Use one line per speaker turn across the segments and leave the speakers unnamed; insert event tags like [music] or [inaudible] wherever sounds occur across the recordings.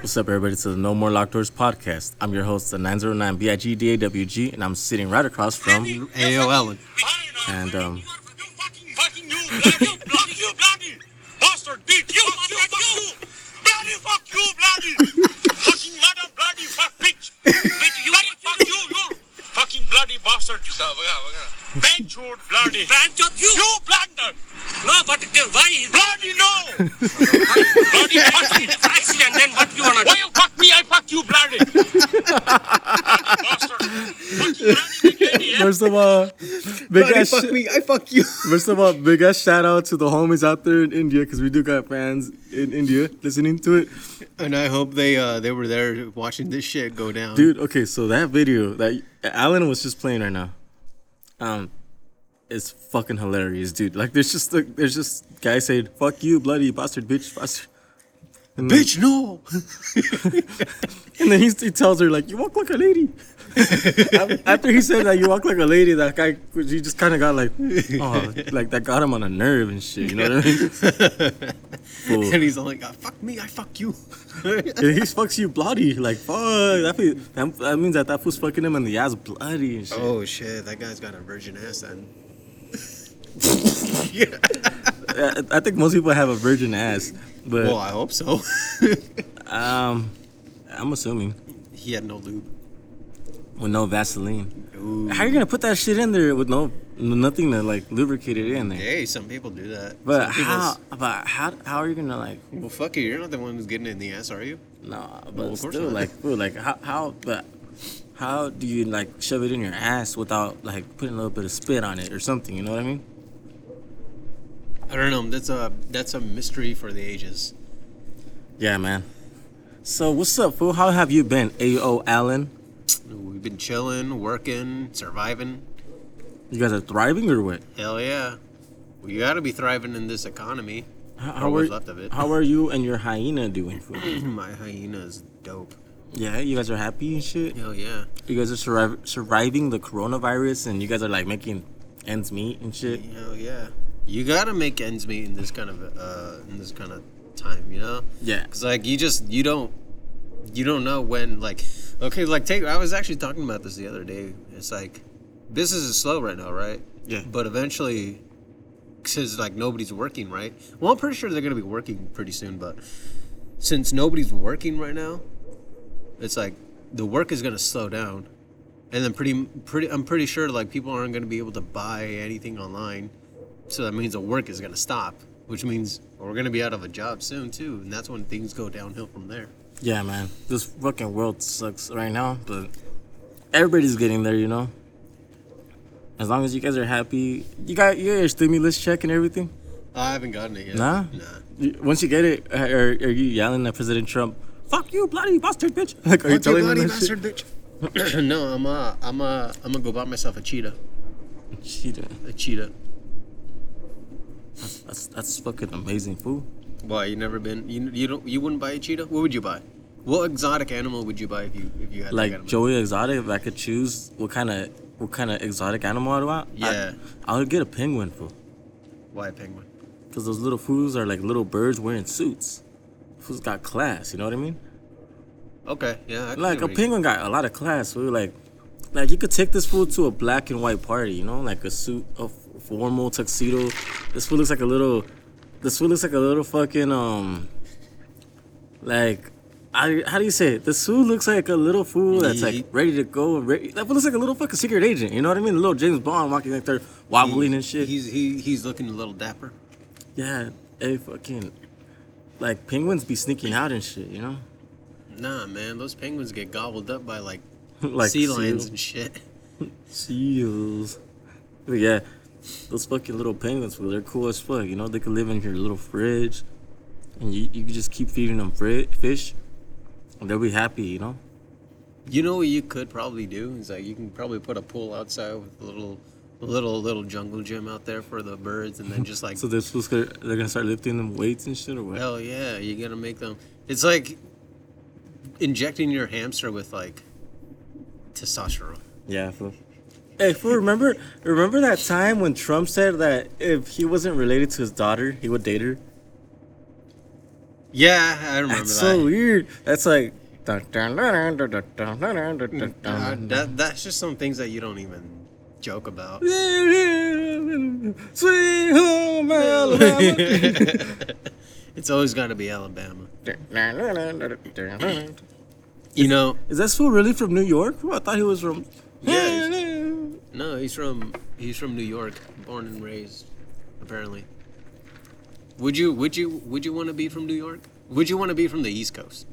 What's up, everybody? To the No More Locked Doors podcast. I'm your host, the 909 BIGDAWG, and I'm sitting right across from.
AOL.
And, um,
Bloody bastard! Bench you bloody! Bench you! You blunder! No, but why? Bloody no! bloody fucking accident! Then what you wanna do? Why you fuck me? I fuck you, bloody! bastard! Fucking bloody lady, eh?
First of [laughs] all, big
Buddy,
ass
fuck
sh-
me, I fuck you.
first of all, big ass shout out to the homies out there in India because we do got fans in India listening to it,
[laughs] And I hope they uh they were there watching this shit go down.
dude. Okay, so that video that Alan was just playing right now, um, it's fucking hilarious, dude. Like, there's just like, there's just guys saying "fuck you, bloody bastard, bitch, bastard," and then-
bitch, no.
And then he, he tells her like, "You walk like a
[laughs]
lady." Af- After he said that, "You walk like a lady," that guy he just kind of got
[laughs]
like, oh, like that got him on a nerve and shit. You know what I mean? Fool.
[laughs] And he's all like, "Ah, fuck me, I fuck [laughs] you.
And he fucks you bloody. Like fuck. That, fe- that, that means that that fool's fucking him in the ass bloody and shit.
oh shit, that guy's got a virgin ass [laughs] then.
I, I think most people have a virgin ass, but
Well, I hope so. [laughs]
um, I'm assuming
he had no lube.
with no Vaseline.
Ooh.
How you gonna put that shit in there with no nothing to like lubricate it in there?
Hey, some people do that.
But
Some people's-
how? But how? How are you gonna like?
Well, fuck you. You're not the one who's getting it in the ass, are you?
No, but
of course
still,
not.
like, bro, like, how, how, but how do you like shove it in your ass without like putting a little bit of spit on it or something? You know what I mean?
I don't know. That's a that's a mystery for the ages.
Yeah, man. So what's up, fool? How have you been, A.O. Allen?
We've been chilling, working, surviving.
You guys are thriving or what?
Hell yeah. Well, you gotta be thriving in this economy.
How,
Or
how
what's
are
left of it.
how are you and your hyena doing,
[laughs]
fool?
[clears throat] My hyena is dope.
yeah, you guys are happy and shit.
Hell yeah.
You guys are surviv- surviving the coronavirus, and you guys are like making ends meet and shit.
Hell yeah. You gotta make ends meet in this kind of uh in this kind of time, you know?
Yeah.
Cause like you just you don't you don't know when like okay like take I was actually talking about this the other day. It's like business is slow right now, right?
Yeah.
But eventually, since like nobody's working, right? Well, I'm pretty sure they're gonna be working pretty soon, but since nobody's working right now, it's like the work is gonna slow down, and then pretty pretty I'm pretty sure like people aren't gonna be able to buy anything online, so that means the work is gonna stop, which means we're gonna be out of a job soon too, and that's when things go downhill from there.
Yeah, man. This fucking world sucks right now, but everybody's getting there, you know. As long as you guys are happy, you got you got your stimulus check and everything.
I haven't gotten it yet.
Nah?
Nah.
You- Once you get it, uh, are, are you yelling at President Trump? Fuck you, bloody bastard, bitch! [laughs] Like, are you telling him that shit?
bitch. [clears throat] no, I'm uh, I'm uh, I'm gonna go buy myself a cheetah.
[laughs] Cheetah.
A cheetah.
That's that's fucking amazing, fool.
Why you never been? You you don't you wouldn't buy a cheetah? What would you buy? What exotic animal would you buy if you if you had that
Like
animal?
Joey Exotic, if I could choose what kind of what kind of exotic animal I want,
Yeah.
I, I would get a penguin, fool.
Why a penguin?
Cause those little fools are like little birds wearing suits. Fools got class, you know what I mean?
Okay, yeah. I can
Like
see
a
where you-
penguin got a lot of class. We were like, like you could take this fool to a black and white party, you know, like a suit, a f- formal tuxedo. This fool looks like a little, this fool looks like a little fucking um, like, I, how do you say it? This fool looks like a little fool that's like
Ye-
ready to go. Ready, that fool looks like a little fucking secret agent. You know what I mean? A little James Bond walking like they're wobbling and shit.
He's he he's looking a little dapper.
Yeah, hey fucking, like penguins be sneaking out and shit. You know, [laughs]
Nah, man, those penguins get gobbled up by like,
like
sea lions
seals.
and shit. [laughs]
Seals. But yeah, those fucking little penguins, well, they're cool as fuck. You know, they could live in your little fridge, and you you could just keep feeding them fri- fish, and they'll be happy. You know.
You know what you could probably do is like you can probably put a pool outside with a little a little little jungle gym out there for the birds, and then just like
So they're supposed to, they're gonna start lifting them weights and shit or what?
Hell yeah, you gotta make them. It's like injecting your hamster with like testosterone.
Yeah. Fool. Hey, fool, remember remember that time when Trump said that if he wasn't related to his daughter, he would date her.
Yeah, I remember
That's
that.
so weird. That's like. dun, dun, dun, dun, dun, dun, dun, dun, dun, dun,
Uh,
dun.
that that's just some things that you don't even joke about.
Sweet home Alabama.
it's always got to be Alabama. You know,
Is that fool really from New York? Bro, I thought he was from.
Yeah, no, he's from he's from New York, born and raised, apparently. Would you would you would you want to be from New York? Would you want to be from the East Coast?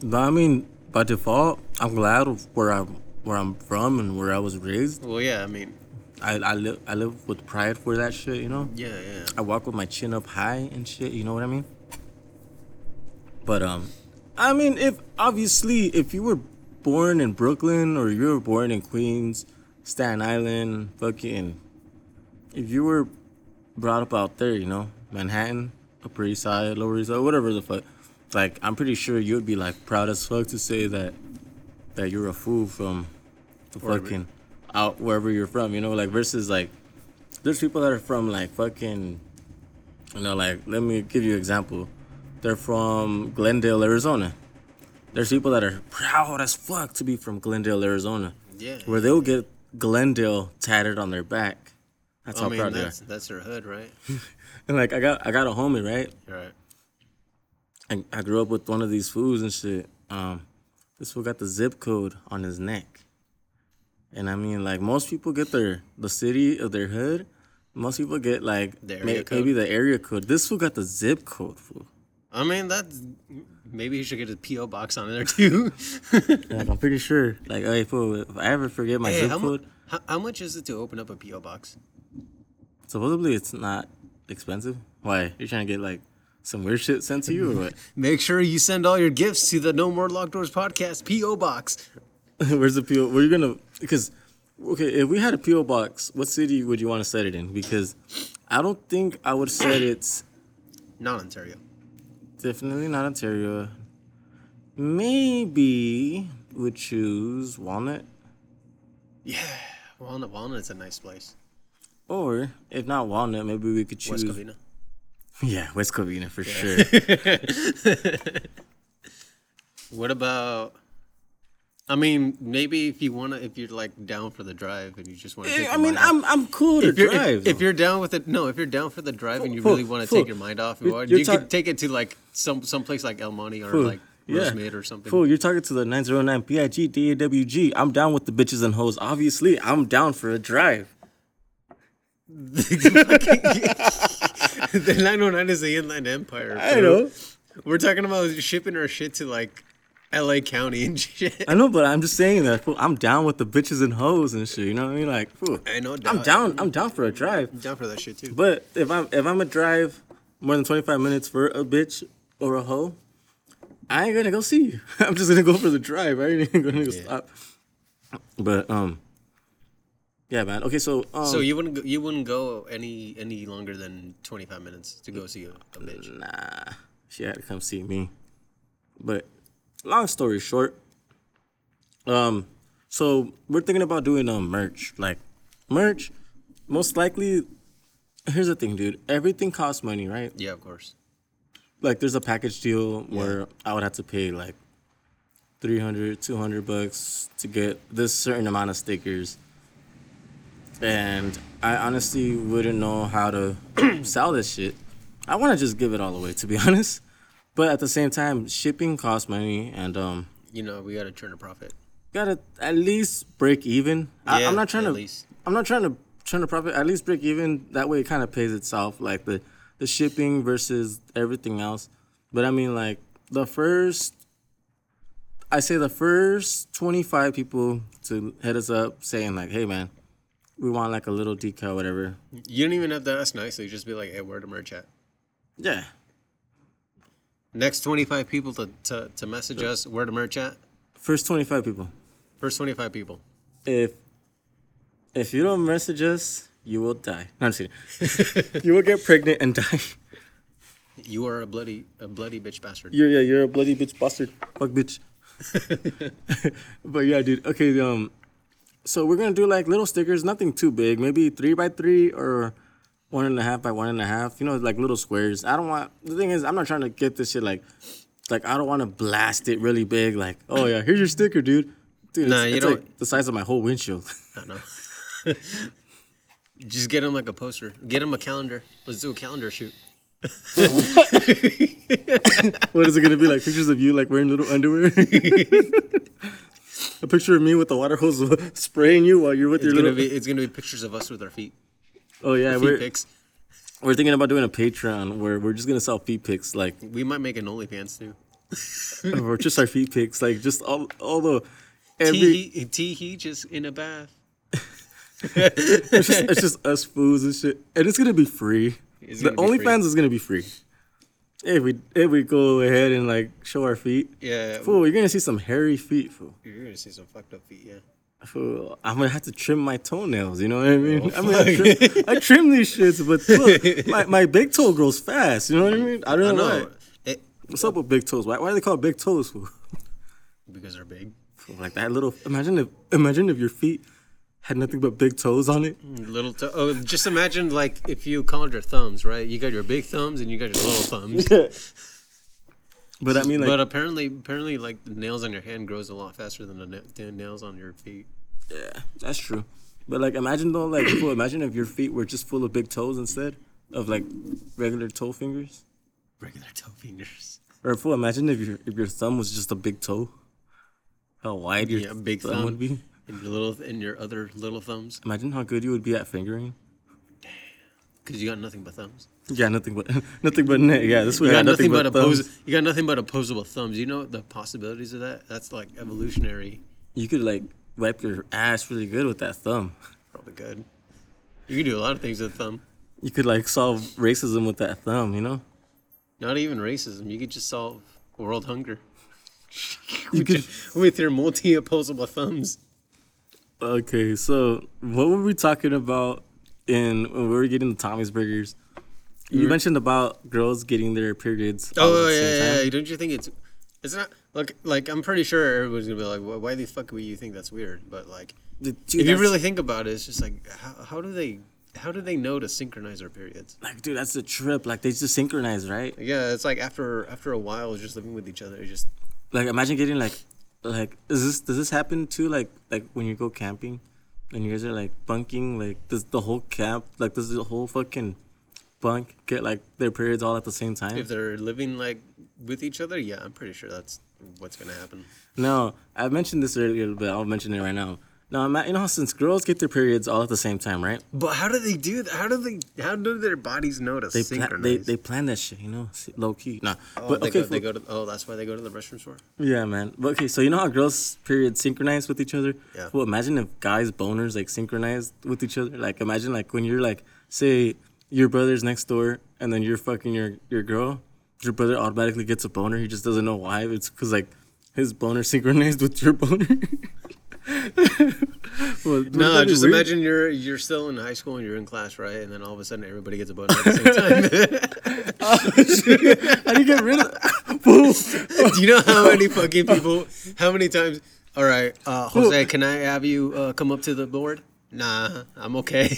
No, I mean by default, I'm glad of where I'm where I'm from and where I was raised.
Well, yeah, I mean,
I I live I live with pride for that shit. You know.
yeah, yeah.
I walk with my chin up high and shit. You know what I mean? But um, I mean, if obviously if you were born in Brooklyn or you were born in Queens, Staten Island, fucking, if you were brought up out there, you know, Manhattan, Upper East Side, Lower East Side, whatever the fuck, like I'm pretty sure you'd be like proud as fuck to say that that you're a fool from the
Wherever.
fucking out wherever you're from, you know, like versus like there's people that are from like fucking you know like let me give you an example they're from glendale arizona there's people that are proud as fuck to be from glendale arizona
Yeah.
where they'll get glendale tatted on their back that's
I
how
mean,
proud they are
that's that's their hood, right? [laughs]
and like i got i got a homie right
Right.
I, I grew up with one of these fools and shit. Um, this fool got the zip code on his neck. And I mean, like most people get their the city of their hood. Most people get like
The
may-
area code.
maybe the area code. This fool got the zip code. Fool.
I mean, that's maybe you should get a PO box on there too. [laughs]
Like I'm pretty sure. Like hey fool, if I ever forget my
hey,
zip
how, mu-
code,
how, how much is it to open up a PO box?
supposedly it's not expensive. Why? You're trying to get like some weird shit sent to you or what?
Make sure you send all your gifts to the No More Locked Doors podcast PO box.
[laughs] Where's the PO? Where you gonna? Because okay, if we had a PO box, what city would you want to set it in? Because I don't think I would set it.
Not Ontario.
Definitely not Ontario. Maybe would choose Walnut,
Yeah, Walnut. Walnut's a nice place.
or if not Walnut, maybe we could choose.
West Covina.
Yeah, West Covina for
[laughs]
sure.
What about? I mean, maybe if you wanna, if you're like down for the drive and you just want to.
Eh, I mean, I'm I'm cool to
If you're,
drive.
if, if you're down with it, no. If you're down for the drive and you
Fool,
really want to
fool.
take your mind off, you,
You're-
you
you're ta-
could take it to like some some place like El Monte or
Fool,
like
yeah.
Rosemead or something.
Fool, you're talking to the 909 PIG DAWG. I'm down with the bitches and hoes. Obviously, I'm down for a drive.
[laughs] the 909 is the Inland Empire.
I
fool.
know.
We're talking about shipping our shit to like L.A. County and [laughs] shit.
I know, but I'm just saying that fool, I'm down with the bitches and hoes and shit. You know what I mean? Like, fool,
I know,
I'm
dog.
down. I'm down for a drive.
down for that shit too.
But if I'm if I'm a drive more than 25 minutes for a bitch or a hoe, I ain't gonna go see you. [laughs] I'm just gonna go for the drive. I ain't even gonna go stop. But um, yeah, man. Okay, so um,
So you wouldn't go, you wouldn't go any any longer than twenty five minutes to go see a, a bitch.
Uh, nah, she had to come see me. But long story short, um, so we're thinking about doing um merch, like merch. Most likely, here's the thing, dude. Everything costs money, right?
Yeah, of course.
Like, there's a package deal where I would have to pay like 300, 200 bucks to get this certain amount of stickers. And I honestly wouldn't know how to [clears throat] sell this shit. I want to just give it all away, to be [laughs] honest. But at the same time, shipping costs money, and um,
You know, we gotta turn a profit.
gotta at least break even. I,
Yeah,
I'm not trying
at
to.
least.
I'm not trying to trying to profit. At least break even. That way, it kind of pays itself. Like the the shipping versus everything else. But I mean, like the first. I say the first 25 people to hit us up saying like, "Hey man, we want like a little decal, whatever."
You don't even have to ask nicely. Just be like, hey, where to merch at?
Yeah,
Next twenty five people to, to to message us where to merch at.
first 25 people.
First twenty five people.
If if you don't message us, you will die. No, I'm just
[laughs]
kidding. you will get pregnant and die.
You are a bloody a bloody bitch bastard.
You're yeah, you're a bloody bitch bastard. Fuck bitch. [laughs] but yeah, dude. Okay, um so we're gonna do like little stickers, nothing too big, maybe three by three or one and a half by one and a half. You know, like little squares. I don't want. The thing is, I'm not trying to get this shit like, like I don't want to blast it really big. Like, oh yeah, here's your sticker, dude. Dude,
Nah,
it's,
you
it's,
don't-
like the size of my whole windshield. [laughs]
I don't know. [laughs] Just get him like a poster. Get him a calendar. Let's do a calendar shoot.
what is it gonna be like? Pictures of you like wearing little underwear. [laughs] A picture of me with the water hose [laughs] spraying you while you're with
It's
your
gonna
little.
be it's gonna be pictures of us with our feet.
oh yeah,
Feet
we're,
pics.
we're thinking about doing a Patreon where we're just gonna sell feet pics, like
We might make an OnlyFans too.
or just our feet pics, like just all all the every.
Tee tee he just in a bath.
It's just, it's just us fools and shit, and it's gonna be free.
It's
the
gonna be free.
OnlyFans is gonna be free. If we if we go ahead and like show our feet,
Yeah.
fool, you're gonna see some hairy feet, fool.
You're gonna see some fucked up feet, yeah.
Fool, I'm gonna have to trim my toenails. You know what I mean? [laughs]
Oh,
I mean, I trim, I trim these shits, but look, my, my big toe grows fast. You know what I mean? I
I
don't know.
know.
why.
It,
What's up with big toes? Why, why are they called big toes? Fool?
because they're big.
Fool, Like that little. Imagine if imagine if your feet had nothing but big toes on it.
Little toe. Oh, just imagine like if you counted your thumbs, right? You got your big thumbs and you got your little thumbs. [laughs]
[laughs] But I mean, like,
but uh, apparently, apparently, like the nails on your hand grows a lot faster than the, na- the nails on your feet.
That's true. But like, imagine though, like, fool, imagine if your feet were just full of big toes instead of like regular toe fingers.
Regular toe fingers.
Or fool, imagine if your if your thumb was just a big toe. How wide your
Yeah, big
thumb,
thumb.
would be.
And your little and your other little thumbs,
Imagine how good you would be at fingering.
because you got nothing but thumbs.
Yeah, nothing but [laughs] nothing but net. Yeah, this would
You
have
got nothing but,
thumbs.
oppos- You got nothing but opposable thumbs. You know the possibilities of that? That's like evolutionary.
You could like wipe your ass really good with that thumb.
Probably good. You can do a lot of things with thumb.
You could like solve racism with that thumb. You know.
Not even racism. You could just solve world [laughs] hunger
You could.
with your multi opposable thumbs.
Okay, so what were we talking about in when we were getting the Tommy's burgers? You mentioned about girls getting their periods. all
Mm-hmm. Oh
at the
yeah,
same
yeah,
time.
yeah. Don't you think it's it's not like like I'm pretty sure everybody's gonna be like, "Why- why the fuck would you think that's weird? But like,
The-
if
dude,
you
that's-
really think about it, it's just like how, how do they how do they know to synchronize their periods?
like, dude, that's a trip. Like they just synchronize, right?
Like, yeah, it's like after after a while, just living with each other, it just
Like imagine getting like, like is this does this happen too? Like like when you go camping, and you guys are like bunking, like does the whole camp, like does the whole fucking bunk get like their periods all at the same time?
if they're living like with each other, yeah, I'm pretty sure that's what's gonna happen.
No, I mentioned this earlier, but I'll mention it right now. Now, ima- you know, how since girls get their periods all at the same time, right?
But how do they do that? How do they how do their bodies know to
They
synchronize?
plan, they they plan that shit, you know, s- low key. Nah,
Oh,
but
they,
okay,
go, they
fool.
go to oh, that's why they go to the restroom store.
yeah, man. But okay, so you know how girls' periods synchronize with each other?
Yeah.
Well, imagine if guys' boners like synchronized with each other. Like, imagine like when you're like, say, your brother's next door, and then you're fucking your your girl. Your brother automatically gets a boner. He just doesn't know why. It's because like his boner [laughs] synchronized with your boner. [laughs] well, wouldn't
No,
that be
just
weird?
imagine you're you're still in high school and you're in class, right? And then all of a sudden everybody gets a boner
[laughs]
at the same time.
How do you get [laughs] rid of? Fool.
Do you know how many fucking people? How many times? All right, uh, Jose, can I have you uh, come up to the board? Nah, I'm
[laughs]
okay.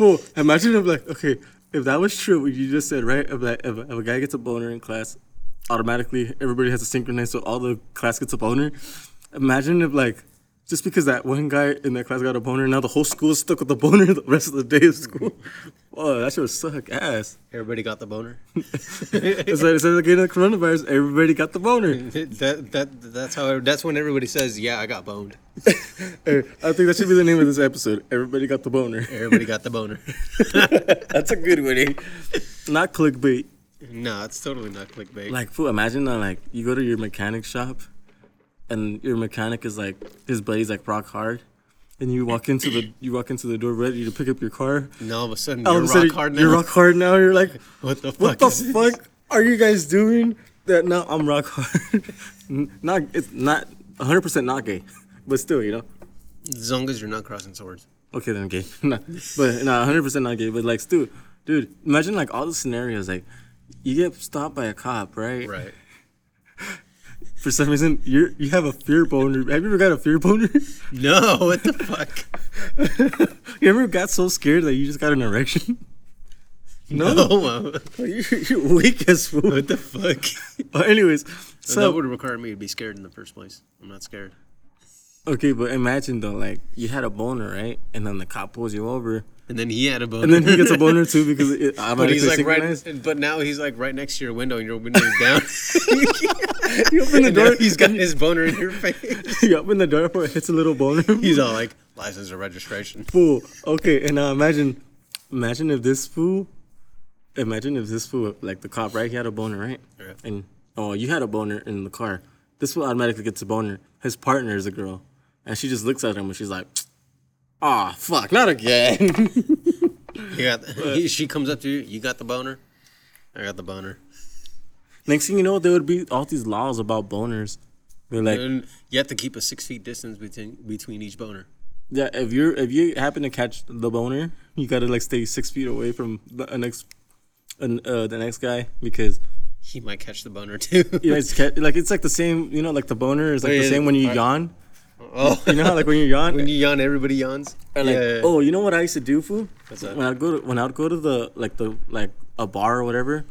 Well, imagine if like okay, if that was true, what you just said, right? If like if, if a guy gets a boner in class, automatically everybody has to synchronize, so all the class gets a boner. Imagine if like just because that one guy in that class got a boner, now the whole school is stuck with the boner [laughs] the rest of the day of school. [laughs] Oh, that shit would suck ass.
everybody got the
[laughs]
boner. [laughs]
It's like, it's like getting the coronavirus. Everybody got the boner.
that that that's how that's when everybody says, "Yeah, I got boned."
Hey, I think that should be the name of this episode. Everybody got the boner.
Everybody got the boner. [laughs]
That's a good one. Eh? Not clickbait.
no, it's totally not clickbait.
Like, fool, imagine that, like, you go to your mechanic shop and your mechanic is like, his buddy's like rock hard. And you walk into the you walk into the door ready to pick up your car.
and all of a sudden,
All
you're
of a
rock
sudden,
hard now.
You're rock hard now. You're
[laughs]
like,
What the fuck?
what the
is this?
fuck are you guys doing? That now I'm rock hard. [laughs] N- not it's not 100 percent not gay, but still, you know.
As long as you're not
[laughs]
crossing swords.
Okay, then gay. Nah, but not 100 percent not gay. But like, still, dude, imagine like all the scenarios. Like, you get stopped by a cop, right?
Right.
for some reason you you have a fear boner. Have you ever got a fear boner? [laughs]
No, what the fuck? [laughs]
you ever got so scared that you just got an erection? [laughs] [laughs] No,
No, uh,
you, you're weak as fool. What the fuck? [laughs] but anyways,
so that
so
would require me to be scared in the first place. I'm not scared.
okay, but imagine though, like you had a boner, right? And then the cop pulls you over,
And then he had a boner.
and then he gets a
[laughs]
boner too because it
but
automatically
he's like
synchronized.
right. But now he's like right next to your window, and your window's
[laughs]
down.
You
[laughs]
open the
and now
door,
he's got his boner in
[laughs]
your face.
you open the door for it hits a little boner.
He's all like license or registration.
fool. Okay, and now imagine, imagine if this fool, imagine if this fool, like the cop, right? He had a boner, right?
Yeah.
And oh, you had a boner in the car. This fool automatically gets a boner. His partner is a girl, and she just looks at him and she's like, "Ah, fuck, not again."
You got. He, she comes up to you. You got the boner. I got the boner.
Next thing you know, there would be all these laws about boners. They're like,
And you have to keep a six feet distance between between each boner.
yeah, if you're if you happen to catch the boner, you gotta like stay six feet away from the uh, next, an- uh, the next guy because
He might catch the boner too.
Yeah, it's ca- like it's like the same, you know, like the boner is like the
Wait,
same when you
I-
yawn.
[laughs] Oh,
You know, how, like when you yawn,
[laughs] when you yawn, everybody yawns.
and, like, oh, you know what I used to do, fool?
What's that?
When I'd go to when I'd go to the like the like a bar or whatever,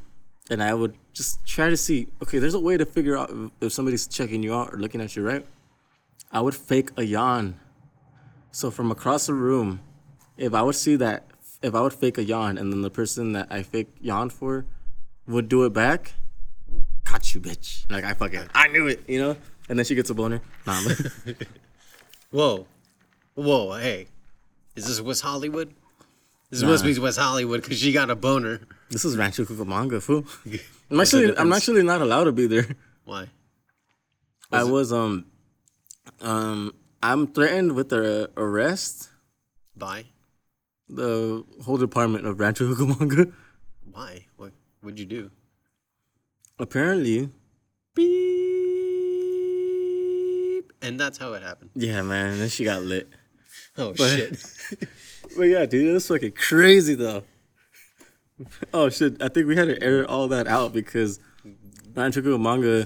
and I would just try to see. Okay, there's a way to figure out if- if somebody's checking you out or looking at you, right? I would fake a yawn. So from across the room, if I would see that, if I would fake a yawn, and then the person that I fake yawn for would do it back, caught you, bitch. Like I fucking, I knew it, you know. And then she gets a boner. [laughs] Nah, but-
Whoa, whoa, hey, is this West Hollywood? This must be West Hollywood because she got a boner.
This is Rancho Cucamonga, [laughs] fool. I'm
What's the
actually, I'm
difference?
actually not allowed to be there.
Why?
I was, um, um, I'm threatened with the arrest.
Why?
The whole department of Rancho Cucamonga. [laughs]
Why? What? What'd you do?
Apparently,
Beep. And that's how
[laughs]
it happened.
yeah, man. Then she got lit.
Oh shit!
But yeah, dude, it was fucking crazy though. Oh shit! I think we had to air all that out because Rancho Cucamonga,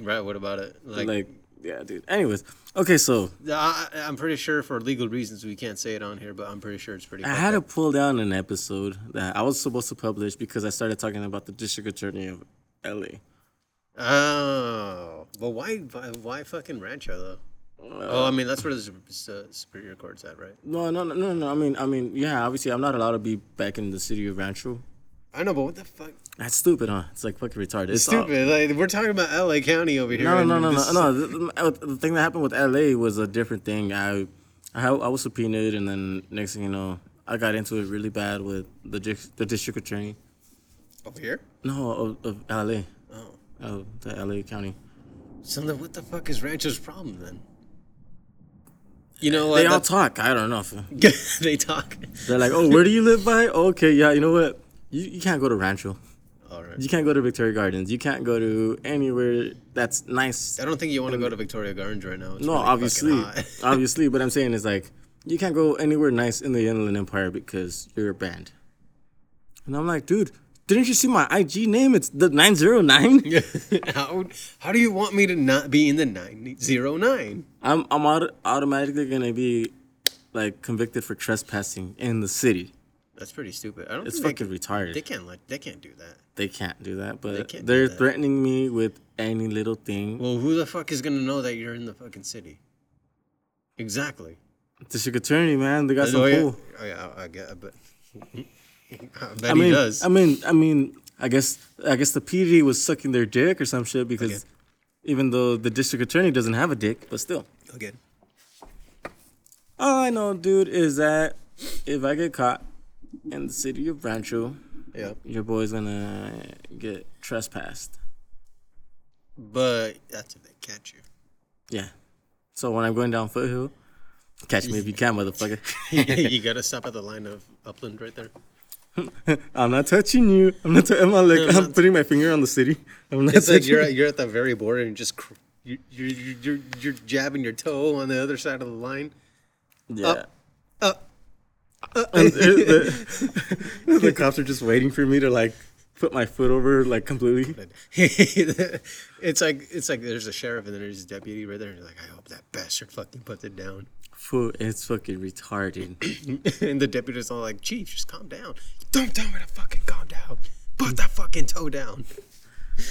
right? What about it? Like,
like, yeah, dude. Anyways, okay, so
I, I- I'm pretty sure for legal reasons we can't say it on here, but I'm pretty sure it's pretty.
I
fucked
had to
up.
pull down an episode that I was supposed to publish because I started talking about the district attorney of LA.
Oh, but why? Why, why fucking Rancho though? oh, I mean that's where the Sup- uh, Superior Court's at, right?
No, no, no, no, no. I mean, I mean, yeah. Obviously, I'm not allowed to be back in the city of Rancho.
I know, but what the fuck?
That's stupid, huh? It's like fucking retarded. It's all-
Stupid. Like we're talking about L.A. County over here.
No,
and
no, no,
this-
no, no. The, uh, the- the thing that happened with LA was a different thing. I, I, ha- I was subpoenaed, and then next thing you know, I got into it really bad with the dis- the district attorney.
Over here?
No, of, of LA,
Oh,
of the LA county.
so then what the fuck is Rancho's problem then? You know what?
They all
That's-
talk. I don't know. fool.
[laughs] they talk.
They're like, oh, where do you live by? Okay, yeah, you know what? You, you can't go to Rancho.
All right.
You can't go to Victoria Gardens. You can't go to anywhere that's nice.
I don't think you want to go to Victoria Gardens right now. It's
No,
really fucking
obviously.
hot. [laughs]
obviously, but I'm saying is like, you can't go anywhere nice in the Inland Empire because you're banned. And I'm like, dude, didn't you see my IG name? It's the
[laughs]
909.
how, how do you want me to not be in the 909?
I'm, I'm auto- automatically going to be like convicted for trespassing in the city.
That's pretty stupid. I don't
It's
think
fucking retarded.
they, they can't let they can't do that.
They can't do that, but
can't do
they're
that.
threatening me with any little thing.
Well, who the fuck is gonna know that you're in the fucking city? Exactly.
District attorney, man, they got some
oh, yeah,
cool.
oh, yeah, I, I get, I bet. [laughs] I bet
I mean,
he does.
I mean, I mean, I guess, I guess the PD was sucking their dick or some shit because,
Okay.
even though the district attorney doesn't have a dick, but still.
okay.
All I know, dude, is that if I get caught in the city of Rancho,
Yeah.
your boy's gonna get trespassed.
But that's if they catch you.
Yeah. So when I'm going down Foothill, catch me if you can,
[laughs]
motherfucker.
you gotta stop at the line of Upland right there.
I'm not touching you. I'm not. i I'm not like. I'm putting my finger on the city. I'm not
It's like
touching
you're at, you're at the very border and just cr- you you're, you're you're you're jabbing your toe on the other side of the line. [laughs]
Yeah.
Up. Up.
And the, the- the cops are just waiting for me to like put my foot over like completely.
it's like it's like there's a sheriff and then there's a deputy right there and you're like I hope that bastard fucking puts it down. [laughs]
Fool, it's fucking retarded.
and the deputy's all like, Chief, just calm down. Don't tell me to fucking calm down. Put that fucking toe down.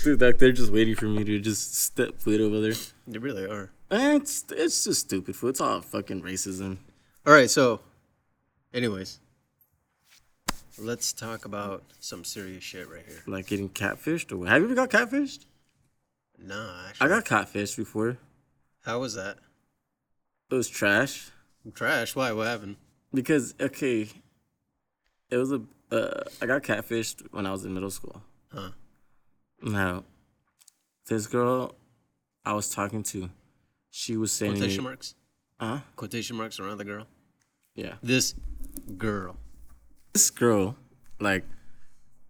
[clears throat] Dude, like they're just waiting for me to just step foot over there.
They really are.
And it's it's just stupid fool. It's all fucking racism.
All right, so, anyways, let's talk about some serious shit right here.
Like getting catfished or have you ever got catfished?
Nah, actually,
I got catfished before.
how was that?
It was trash.
Trash. Why? What happened?
because okay it was a uh, i got catfished when i was in middle school
Huh.
now this girl i was talking to she was saying
Quotation marks.
Huh?
Quotation marks around the girl.
yeah
This girl.
this girl like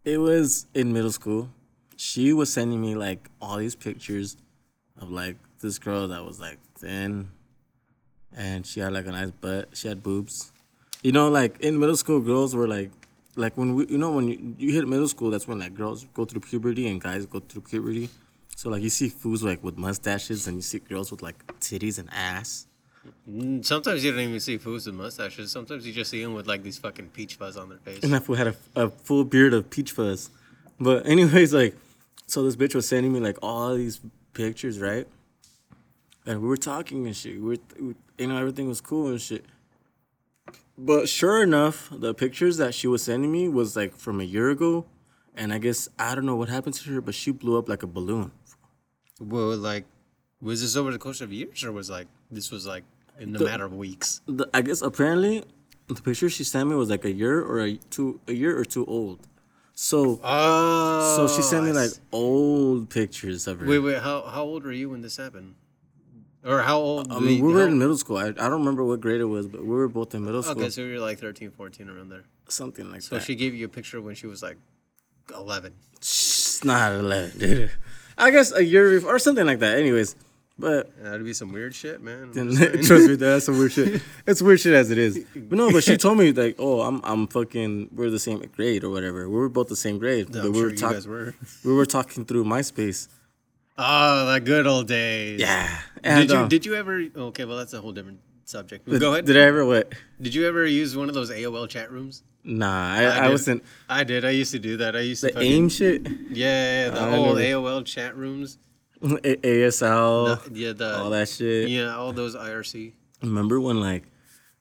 it was in middle school she was sending me like all these pictures of like this girl that was like thin and she had like a nice butt she had boobs you know like in middle school girls were like like when we you know when you, you hit middle school that's when like girls go through puberty and guys go through puberty so like you see fools like with mustaches and you see girls with like titties and ass
Mm, Sometimes you don't even see fools with mustaches. Sometimes you just see them with like these fucking peach fuzz on their face.
and that fool had a, a full beard of peach fuzz. But anyways, [laughs] like, so this bitch was sending me like all these pictures, right? And we were talking and shit. We were, we- you know, everything was cool and shit. But sure enough, the pictures that she was sending me was like from a year ago, and I guess I don't know what happened to her, but she blew up like a balloon.
Well, like, was this over the course of years, or was like this was like in the matter of weeks?
The, I guess apparently, the picture she sent me was like a year or a two, a year or two old. So,
Oh,
so she sent me
I
like
see.
old pictures of her.
Wait, wait. How how old were you when this happened? Or how old?
I mean, we were in middle school. I, I don't remember what grade it was, but we were both in middle school.
Okay, so you're like 13, 14 around there.
Something like
So
that.
she gave you a picture when she was like eleven.
She's not 11, dude. I guess a year before, or something like that. Anyways,
[laughs]
but
That'd be some weird shit, man.
[laughs]
I'm just saying.
trust me, that's some weird shit. [laughs] It's weird shit as it is.
[laughs]
But no, but she told me like, oh, I'm I'm fucking. We're the same grade or whatever. We were both the same grade,
I'm
but we
sure
were
you
talking.
guys were. [laughs]
We were talking through MySpace.
Oh, the good old days.
Yeah.
Did
And,
you
um,
did you ever? Okay, well that's a whole different subject.
did-
Go ahead.
Did I ever what?
Did you ever use one of those AOL chat rooms?
Nah, I, I,
did.
wasn't.
I did. I used to do that. I used to
The
fucking-
AIM shit, [laughs]
Yeah, the
I
old
never-
AOL chat rooms.
A- ASL,
The- yeah, the
Oh, all that shit.
Yeah, all those IRC.
Remember when like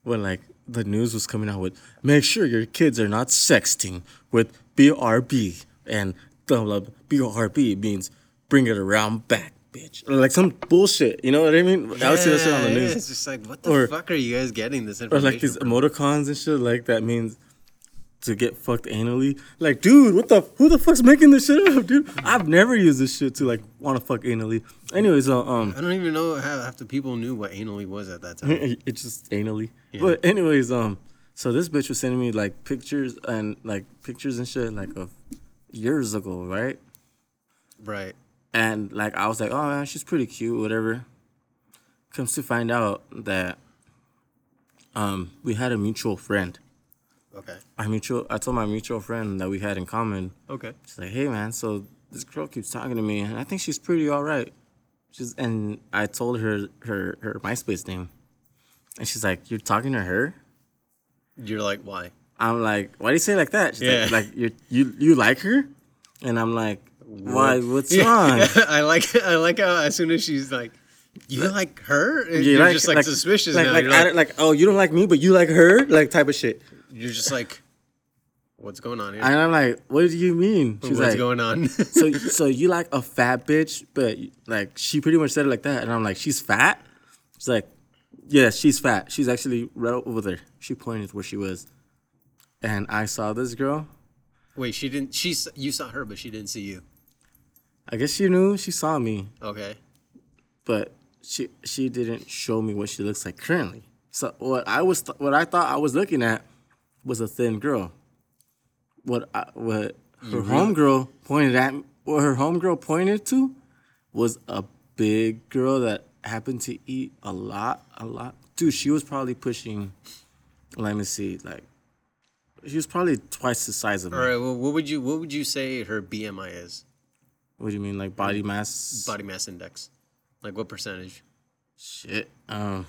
when like the news was coming out with make sure your kids are not sexting with BRB and blah blah blah. BRB means bring it around back, bitch. Or, Like some bullshit. You know what I mean? I would see that shit on the
Yeah,
news.
It's just like, what the
Or-
fuck are you guys getting this
Or
information?
like these
from?
emoticons and shit like that means to get fucked anally. Like, dude, what the who the fuck's making this shit up, dude? I've never used this shit to like wanna fuck anally. Anyways, uh, um
I don't even know how half the people knew what anally was at that time.
[laughs] it's just anally. But anyways, um, so this bitch was sending me like pictures and like pictures and shit like of years ago, right?
right.
And like I was like, oh man, she's pretty cute, whatever. Comes to find out that um we had a mutual friend.
Okay.
I mutual I told my mutual friend that we had in common.
Okay.
She's like, hey man, so this girl keeps talking to me and I think she's pretty alright. She's and I told her her her MySpace name. And she's like, You're talking to her?
You're like, why?
I'm like, why do you say it like that? She's
Yeah.
like, like you you you like her? And I'm like, why? What's wrong?
[laughs] I like I like how as soon as she's like, you like her, and you're
like-
just like, suspicious
like,
now.
Like,
you're,
I
like,
don't- like, oh, you don't like me, but you like her, like type of shit.
you're just like, what's going on here?
And I'm like, what do you mean? She's
what's
like,
going on?
so so you like a fat bitch, but like she pretty much said it like that, and I'm like, she's fat. She's like, yeah, she's fat. She's actually right over there. She pointed where she was, and I saw this girl.
[laughs] Wait, she didn't. She s- you saw her, but she didn't see you.
I guess she knew she saw me.
Okay.
but she she didn't show me what she looks like currently. So what I was what I thought I was looking at was a thin girl. What I, what her homegirl pointed at what her homegirl pointed to was a big girl that happened to eat a lot a lot. Dude, she was probably pushing. Let me see, like she was probably twice the size of me.
All right. Well, what would you what would you say her BMI is?
What do you mean, like body mass?
Body mass index. Like what percentage?
Shit. Um,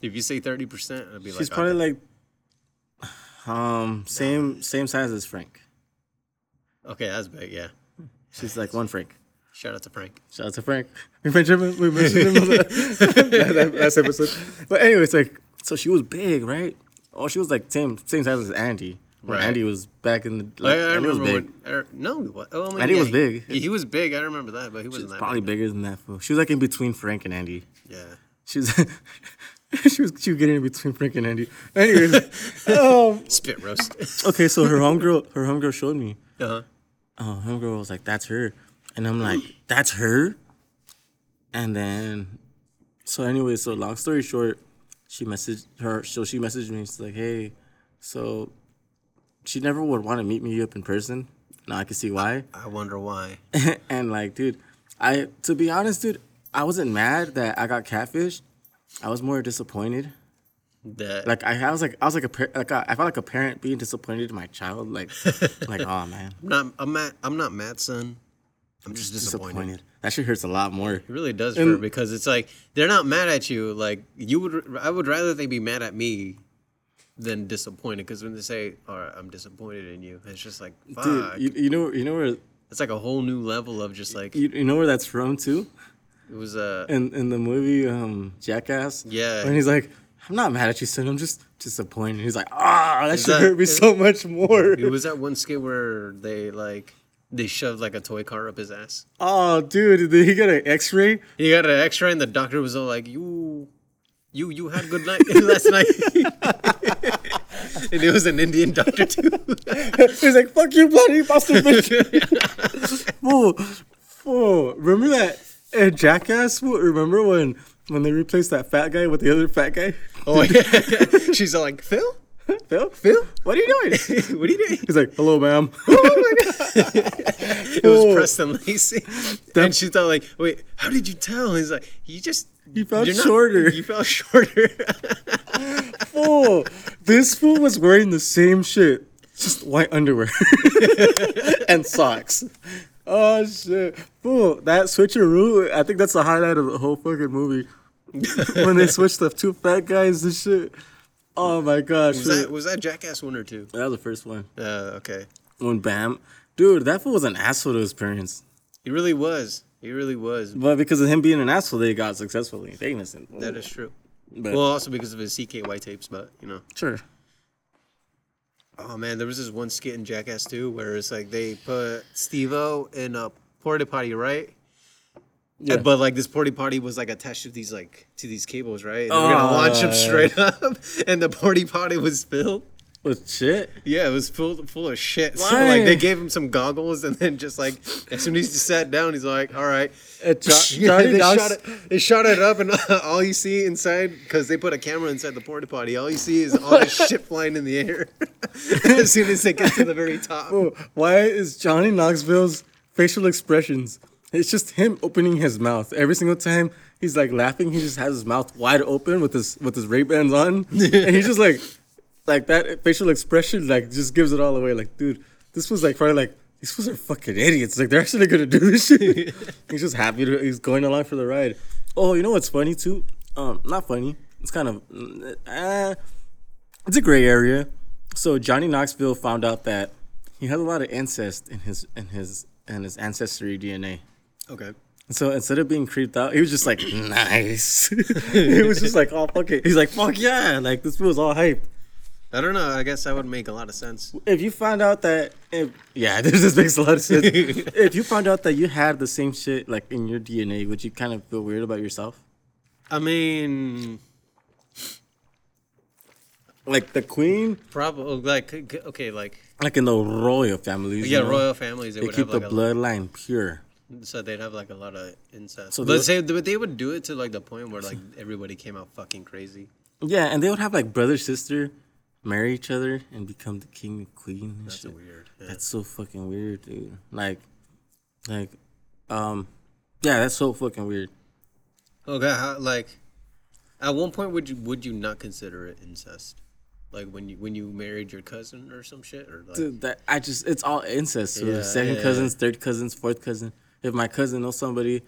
If you say thirty percent, I'd be like,
She's
"Okay."
probably like, um, same same size as Frank.
okay, that's big. Yeah.
She's like one Frank.
Shout out
[laughs]
to Frank.
Shout out to Frank. We mentioned him. We
[laughs]
mentioned him on the- that, that last episode. But anyways, like, so she was big, right? Oh, she was like same same size as Andy. When
Right.
Andy was back in the
I,
like,
I
Andy was
remember
big.
when. I, no, he wa- oh, I mean,
Eddie
yeah,
was
he-
big.
He, he was big. I remember that, but he wasn't that.
Probably bigger than that fool. She was like in between Frank and Andy.
big. Yeah.
She was [laughs] she was she was getting in between Frank and Andy. Anyways, um,
Spit roast. [laughs]
okay, so her homegirl her homegirl showed me.
uh-huh.
Oh, homegirl was like, "That's her," and I'm like, "That's her." And then, so anyway, so long story short, she messaged her. So she messaged me. She's like, "Hey," so she never would want to meet me up in person. Now I can see why.
I wonder why.
and like, dude, I to be honest, dude, I wasn't mad that I got catfished. I was more disappointed.
That
Like I, I was like I was like a par- like I, I felt like a parent being disappointed in my child.
[laughs]
Like like oh man,
I'm not. I'm not. I'm not Matt's son. I'm just disappointed.
disappointed. That shit hurts a lot more.
It really does hurt because it's like they're not mad at you. Like you would. I would rather they be mad at me than disappointed. Because when they say, "All right, I'm disappointed in you," it's just like, fuck.
Dude, you, you know you know where
it's like a whole new level of just like
you, you know where that's from too?
it was a.
In in the movie um Jackass.
Yeah.
When he's like, I'm not mad at you, son. I'm just disappointed. He's like, ah, that should
that-
hurt me so much more.
It was that one skit where they like they shoved like a toy car up his ass.
Oh, dude, did he get an X-ray?
He got an X-ray, and the doctor was all like, "You, you, you had good night [laughs] last night." and it was an Indian
[laughs]
doctor too.
he's like, fuck you, bloody masturbation.
[laughs]
fool, fool. Remember that uh, Jackass? Fool? Remember when when they replaced that fat guy with the other fat guy?
oh, yeah. [laughs] she's all like, "Phil,
Phil, Phil, what are you doing?
[laughs] what are you doing?"
he's like, hello, ma'am. [laughs]
It was
Oh.
Preston Lacey, and she thought like, "Wait, how did you tell?" he's like, "You just."
You felt
you're not-
shorter.
[laughs] You
[laughs]
felt shorter.
fool. This fool was wearing the same shit, just white underwear [laughs] and socks. Oh shit, fool! That switcheroo. I think that's the highlight of the whole fucking
[laughs]
movie. when they switched the two fat guys and shit. Oh my gosh,
was, that, was that Jackass one or two?
that was the first one.
Uh, okay,
When Bam, dude, that fool was an asshole to his parents.
he really was. He really was.
But because of him being an asshole, they got successfully. They innocent.
That is true.
But-
well, also because of his CKY tapes, but you know.
sure.
Oh man, there was this one skit in Jackass 2 where it's like they put Steve O in a porta potty, right?
Yeah.
And- But like this porta potty was like attached to these like to these cables, right? And they were
Oh.
gonna launch him straight [laughs] up, and the porta potty was filled.
With
[laughs]
shit.
Yeah, it was full full of shit. So
Why?
like they gave him some goggles, and then just like as soon as he sat down, he's like, "All right."
Uh,
[laughs]
Jo-
they,
Johnny
shot
Knox-
it, they shot it up, and [laughs] all you see inside, because they put a camera inside the porta potty, all you see is
[laughs]
all this shit flying in the air. [laughs] as soon as they get to the very top,
Oh, Why is Johnny Knoxville's facial expressions? It's just him opening his mouth every single time. He's like laughing. He just has his mouth wide open with his with his Ray Bans on, and he's just like, like that facial expression like just gives it all away. Like, dude, this was like probably like these fools are fucking idiots. Like they're actually gonna do this shit. he's just happy. To, he's going along for the ride. Oh, you know what's funny too? Um, not funny. It's kind of, uh, it's a gray area. So Johnny Knoxville found out that he had a lot of incest in his in his in his ancestry DNA.
okay,
So instead of being creeped out, he was just like, nice. [laughs] he was just like, oh fuck it. He's like, fuck yeah. Like this was all hype.
I don't know. I guess that would make a lot of
[laughs]
sense.
If you found out that if, yeah, [laughs] this just makes a lot of sense. if you found out that you had the same shit like in your DNA, would you kind of feel weird about yourself?
I mean,
Like the queen,
probably oh, like c- c- okay, like
like in the royal families.
yeah,
you know,
royal families they,
They
would
keep
have like
the
a,
bloodline pure.
so they'd have like a lot of incest.
So
but
they-
say, but they would do it to like the
[laughs]
point where like everybody came out fucking crazy.
Yeah, and they would have like brother sister marry each other and become the king and queen. And
That's
shit.
weird.
That's so fucking weird, dude. Like, like, um, yeah, that's so fucking weird.
Okay, how, like, at one point would you would you not consider it incest? Like when you when you married your cousin or some shit, or like
Dude, that I just it's all incest. So
Yeah,
second
yeah,
cousins, third cousins, fourth cousin. If my cousin knows somebody,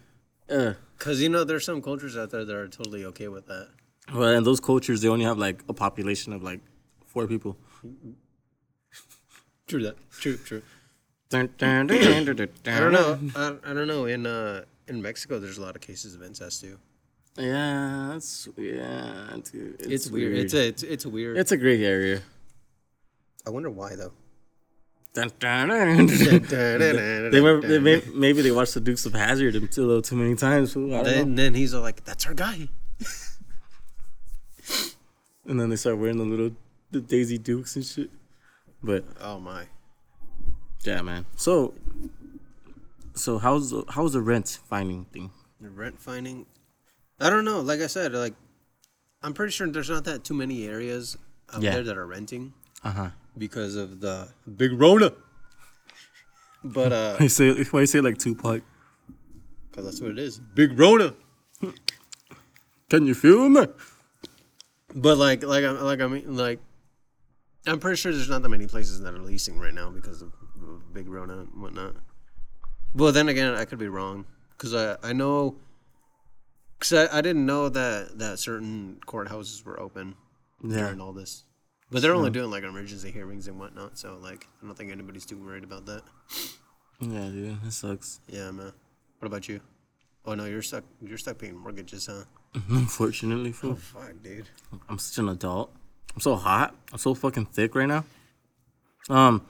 uh,
because you know there's some cultures out there that are totally okay with that.
Well, and those cultures, they only have like a population of like four people.
True that. True. True.
Dun, dun, dun, dun, dun, dun,
[coughs] I don't know. I, I don't know. In uh, in Mexico, there's a lot of cases of incest too.
Yeah, that's yeah, dude.
It's, weird. It's a it's, it's weird.
it's a gray area.
I wonder why [laughs] though.
Dun, dun, dun, dun. they were, they may, maybe they watched the Dukes of Hazard a little too many times. fool, I don't know.
Then, then he's all like, "That's our guy."
And then they start wearing the little the Daisy Dukes and shit. But
Oh my.
yeah, man. So so how's the- how's the rent finding thing? [laughs]
The rent finding. I don't know. Like I said, like I'm pretty sure there's not that too many areas out
Yeah.
there that are renting
Uh
Uh-huh.
huh.
because of the big Rona. But uh, [laughs]
They say why you say like Tupac?
because that's what it is, big Rona.
Can you feel me?
But like, like, I- like I mean, like, I'm pretty sure there's not that many places that are leasing right now because of of Big Rona and whatnot. Well, then again, I could be wrong because I I know because I, I didn't know that that certain courthouses were open
Yeah.
during all this, but they're only doing like emergency hearings and whatnot. So like, I don't think anybody's too worried about that.
Yeah, dude. That sucks.
Yeah, man. What about you? Oh no, you're stuck. You're stuck paying mortgages, huh?
Unfortunately, fool.
Fuck, dude.
I'm such an adult. I'm so hot. I'm so fucking thick right now. Um,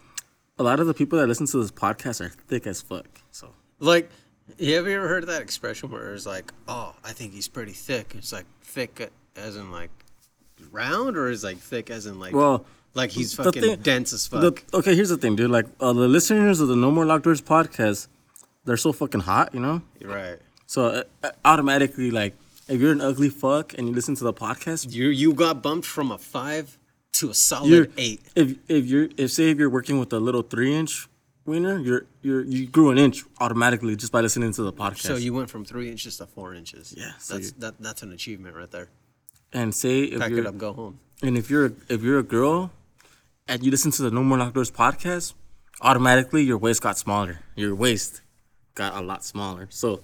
a lot of the people that listen to this podcast are thick as fuck. So
Like, you have you ever heard that expression where it's like, oh, I think he's pretty thick? It's like thick as in like round, or is like thick as in like
well.
like he's
the
fucking
thing-
dense as fuck.
The, okay, here's the thing, dude. Like uh, the listeners of the No More Locked Doors podcast, they're so fucking hot, you know.
right?
So uh, uh, automatically, like, if you're an ugly fuck and you listen to the podcast,
You you got bumped from a five to a solid
you're
eight.
If if you're if say if you're working with a little three inch wiener, you're you're you grew an inch automatically just by listening to the podcast.
So you went from three inches to four inches.
Yeah, so
that's
you-
that, that's an achievement right there.
and say if
Pack
you're
it up, go home.
And if you're if you're a girl and you listen to the No More Locked Doors podcast, automatically your waist got smaller. Your waist got a lot smaller. So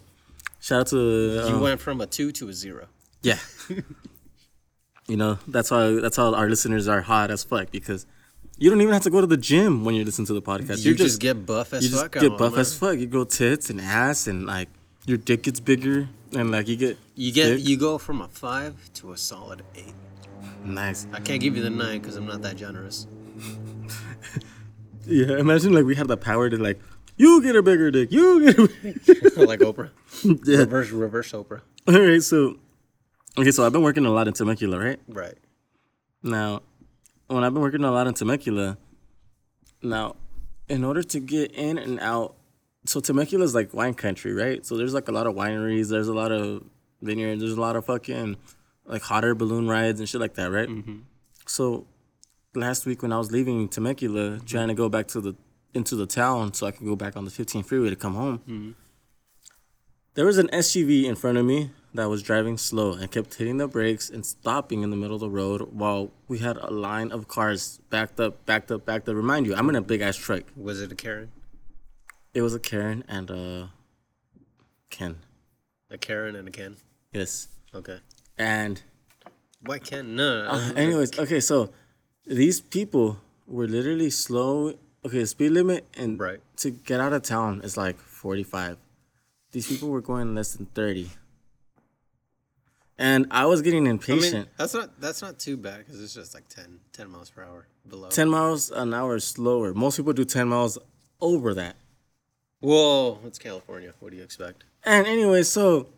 shout out to uh,
You went from a two to a zero.
yeah. [laughs] you know that's how that's how our listeners are hot as fuck because you don't even have to go to the gym when you listen to the podcast.
You
You're
just, get buff as
you just
fuck.
get
on
buff
it.
as fuck. You grow tits and ass and like your dick gets bigger and like you get
You get
thick.
you go from a five to a solid eight.
nice.
I can't give you the nine because I'm not
[laughs]
that generous.
Yeah, imagine like we had the power to like you get a bigger dick. You get a
like Oprah.
yeah.
Reverse reverse Oprah.
[laughs] All right, so okay, so I've been working a lot in Temecula, right?
Right.
Now, when I've been working a lot in Temecula, now, in order to get in and out, so Temecula's like wine country, right? So there's like a lot of wineries, there's a lot of vineyards, there's a lot of fucking like hot air balloon rides and shit like that, right? So last week when I was leaving Temecula, trying to go back to the into the town so I could go back on the 15 freeway to come home, there was an SUV in front of me that was driving slow and kept hitting the brakes and stopping in the middle of the road while we had a line of cars backed up, backed up, backed up. Remind you, I'm in a big ass truck.
Was it a Karen?
It was a Karen and a Ken.
A Karen and a Ken.
Yes.
Okay.
And
Why Ken? No.
Uh, anyways, okay, so these people were literally slow. Okay, the speed limit and
Right.
to get out of town is like 45. These people were going less than 30. And I was getting
I
impatient.
mean, that's not that's not too bad because it's just like 10, 10 miles per hour below.
10 miles an hour is slower. Most people do 10 miles over that.
Whoa, it's California. What do you expect?
And anyway, so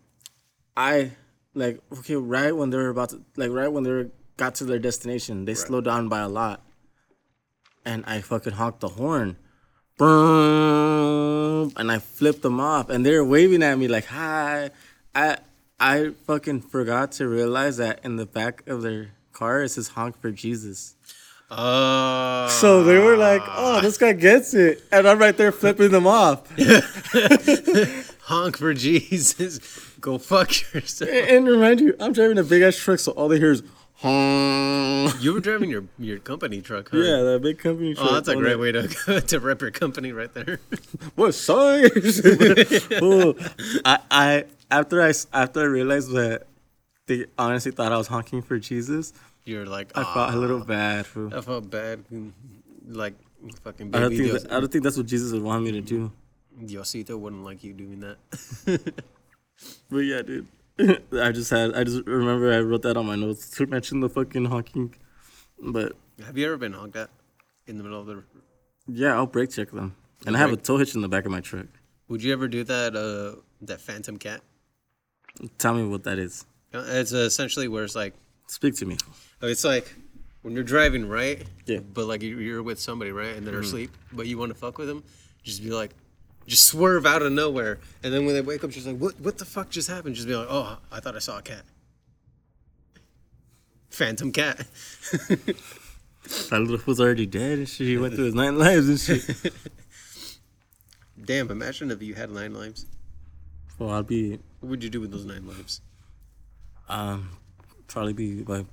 I like okay, right when they were about to like right when they were, got to their destination, they slowed down by a lot. And I fucking honked the horn. Boom, and I flipped them off and they were waving at me like, "Hi." I I fucking forgot to realize that in the back of their car it says honk for Jesus.
Oh.
So they were like, "Oh, this guy gets it," and I'm right there flipping them off.
honk for [laughs] Jesus. Go fuck yourself.
And remind you, I'm driving a big ass truck, so all they hear is "Honk."
You were driving your your company truck, huh?
Yeah, that big company truck.
Oh, that's a
on
great
the-
way to [laughs] to rep your company right there. [laughs]
What [laughs] size? Ooh, I, I after I s- after I realized that they honestly thought I was honking for Jesus.
You're like,
I felt a
"Aw."
little bad, fool.
I felt bad. Like fucking
I don't
baby
think
Dios,
that, I don't think that's what Jesus would want me to do.
Diosito wouldn't like you doing
[laughs]
that.
But yeah, dude. [laughs] I just had I just remember I wrote that on my notes to mention the fucking honking. But
Have you ever been honked at in the middle of the?
yeah, I'll brake check them. And I have a
Brake-
tow hitch in the back of my truck.
Would you ever do that? Uh, that phantom cat.
Tell me what that is.
Uh, It's essentially where it's like
Speak to me.
it's like when you're driving, right?
Yeah.
But like you- you're with somebody, right, and they're asleep, but you want to fuck with them, just be like, just swerve out of nowhere, and then when they wake up, just like, what, what the fuck just happened? Just be like, oh, I thought I saw a cat. [laughs] Phantom cat.
That little fool's already dead and shit. He went through his nine lives and shit.
Damn, imagine if you had nine lives.
[laughs] Well, I'll be
What would you do with those nine lives?
probably be like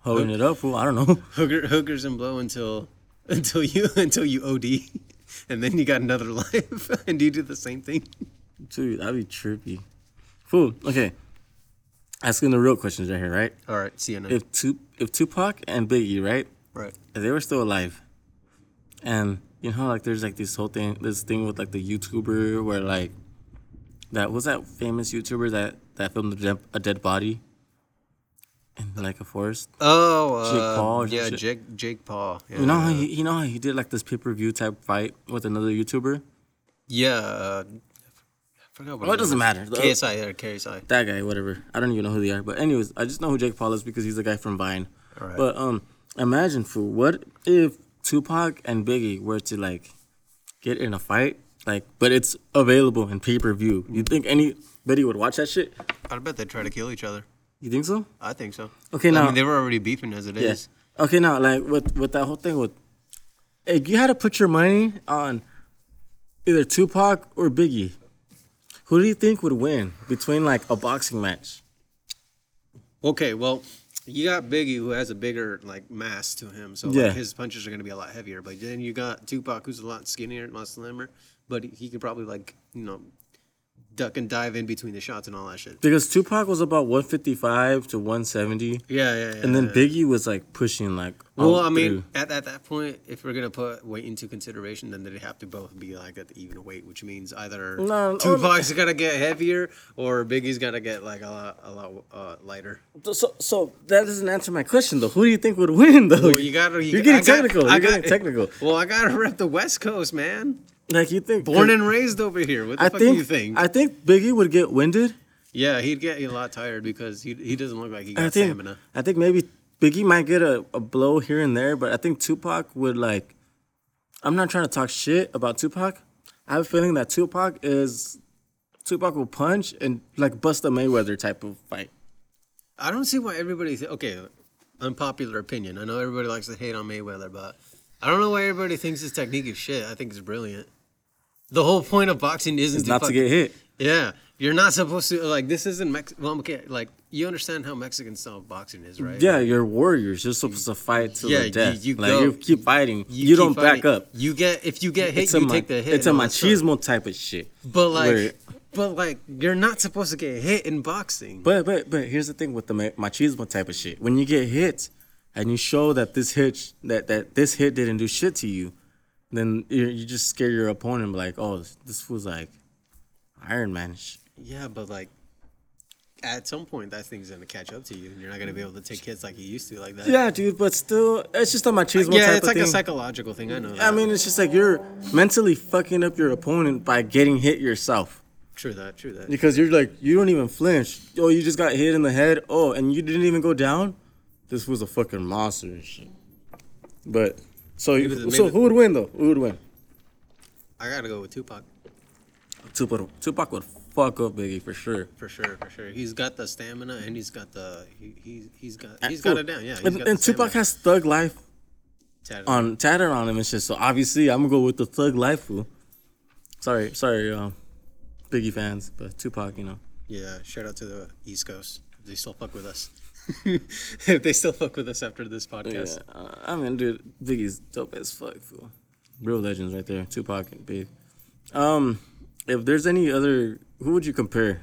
holding it up. Fool. I don't [laughs] know.
Hooker, hookers and blow until [laughs] until you until you OD, [laughs] and then you got another [laughs] life, and you do the same thing.
Dude, that'd be trippy. Fool. Okay. Asking the real questions right here, right?
All right, see you next.
If Tup- if Tupac and Biggie, right?
Right.
if they were still alive, and you know, how, like there's like this whole thing, this thing with like the YouTuber where like that was that famous YouTuber that that filmed a dead, a dead body in like a forest.
Oh, uh,
Jake Paul or some
Yeah,
shit.
Jake Jake Paul. Yeah,
You know, how he, you know how he did like this pay per view type fight with another YouTuber.
yeah. Uh, I forgot what.
Well, it
his
doesn't
name
matter.
was. KSI or KSI.
that guy, whatever. I don't even know who they are. But anyways, I just know who Jake Paul is because he's the guy from Vine.
Alright.
But um, imagine fool. What if Tupac and Biggie were to like get in a fight? Like, but it's available in pay per view. You think anybody would watch that shit?
I bet they try to kill each other.
You think so?
I think so.
Okay,
I
now-
mean, they were already beefing as it is.
Yes. Okay, now like with with that whole thing with, if you had to put your money on either Tupac or Biggie, who do you think would win between like a boxing match?
Okay, well, you got Biggie who has a bigger like mass to him, so
Yeah.
like, his punches are gonna be a lot heavier. But then you got Tupac who's a lot skinnier, a lot slimmer, but he could probably like you know duck and dive in between the shots and all that shit.
Because Tupac was about 155 to 170.
Yeah, yeah. yeah
And then
yeah.
Biggie was like pushing like.
Well,
all
I mean,
through.
at, at that point, if we're gonna put weight into consideration, then they'd have to both be like at the even weight, which means either
No, um, or-
Tupac's gonna get heavier or Biggie's gonna get like a lot, a lot uh, lighter.
so so that doesn't answer my question though. Who do you think would win though?
Well, you gotta,
are getting
I got-
technical.
I
You're
got-
getting technical.
Well, I gotta rep the West Coast, man.
Like you think?
Born and raised over here. What the
I
fuck
think,
do you think?
I think Biggie would get winded.
yeah, he'd get a lot tired because he he doesn't look like he got
I think
stamina.
I think maybe Biggie might get a, a blow here and there, but I think Tupac would like. I'm not trying to talk shit about Tupac. I have a feeling that Tupac is. Tupac will punch and like bust a Mayweather type of fight.
I don't see why everybody. Th- okay, unpopular opinion. I know everybody likes to hate on Mayweather, but I don't know why everybody thinks his technique is shit. I think it's brilliant. The whole point of boxing isn't
Not to
fuck-
get hit.
Yeah, you're not supposed to like. This isn't Mex. Well, okay, like you understand how Mexican style boxing is, right?
Yeah, you're warriors. You're supposed to fight to
Yeah,
the
you-
death.
you
like
go-
you keep fighting. You,
keep
don't back
fighting.
up.
You get if you get hit,
It's a
you
ma-
take the hit.
It's a
and all that stuff.
machismo type of shit.
But like,
Where-
but like, you're not supposed to get hit in boxing.
but but but here's the thing with the ma- machismo type of shit. When you get hit, and you show that this hit that that this hit didn't do shit to you, then you you just scare your opponent. Like, oh, this was like Iron Man. sh-
yeah, but like, at some point, that thing's gonna catch up to you, and you're not gonna be able to take hits like you used to, like that.
Yeah, dude. But still, it's just a machismo.
yeah,
type
it's
of
like
thing.
a psychological thing. I know. That.
I mean, it's just like you're mentally fucking up your opponent by getting hit yourself.
true that, true that.
Because you're like, you don't even flinch. Oh, you just got hit in the head. Oh, and you didn't even go down. This was a fucking monster and shit. But so
the-
so
maybe-
who would win though? Who would win?
I gotta go with Tupac
Tupac. Tupac would fuck up Biggie for sure.
for sure, for sure. He's got the stamina, and he's got the he, he's he's got
And-
he's got it down. Yeah, he's
and
got
and
the
Tupac
stamina.
has Thug Life
Tatted.
on tattered on him and shit. So obviously, I'm gonna go with the Thug Life. Fool. Sorry, sorry, um, Biggie fans, but Tupac, you know.
Yeah, shout out to the East Coast. If They still fuck with us. [laughs] if they still fuck with us after this podcast.
Yeah, uh, I mean, dude, Biggie's dope as fuck, fool. Real legends right there, Tupac and Big. Um, if there's any other, who would you compare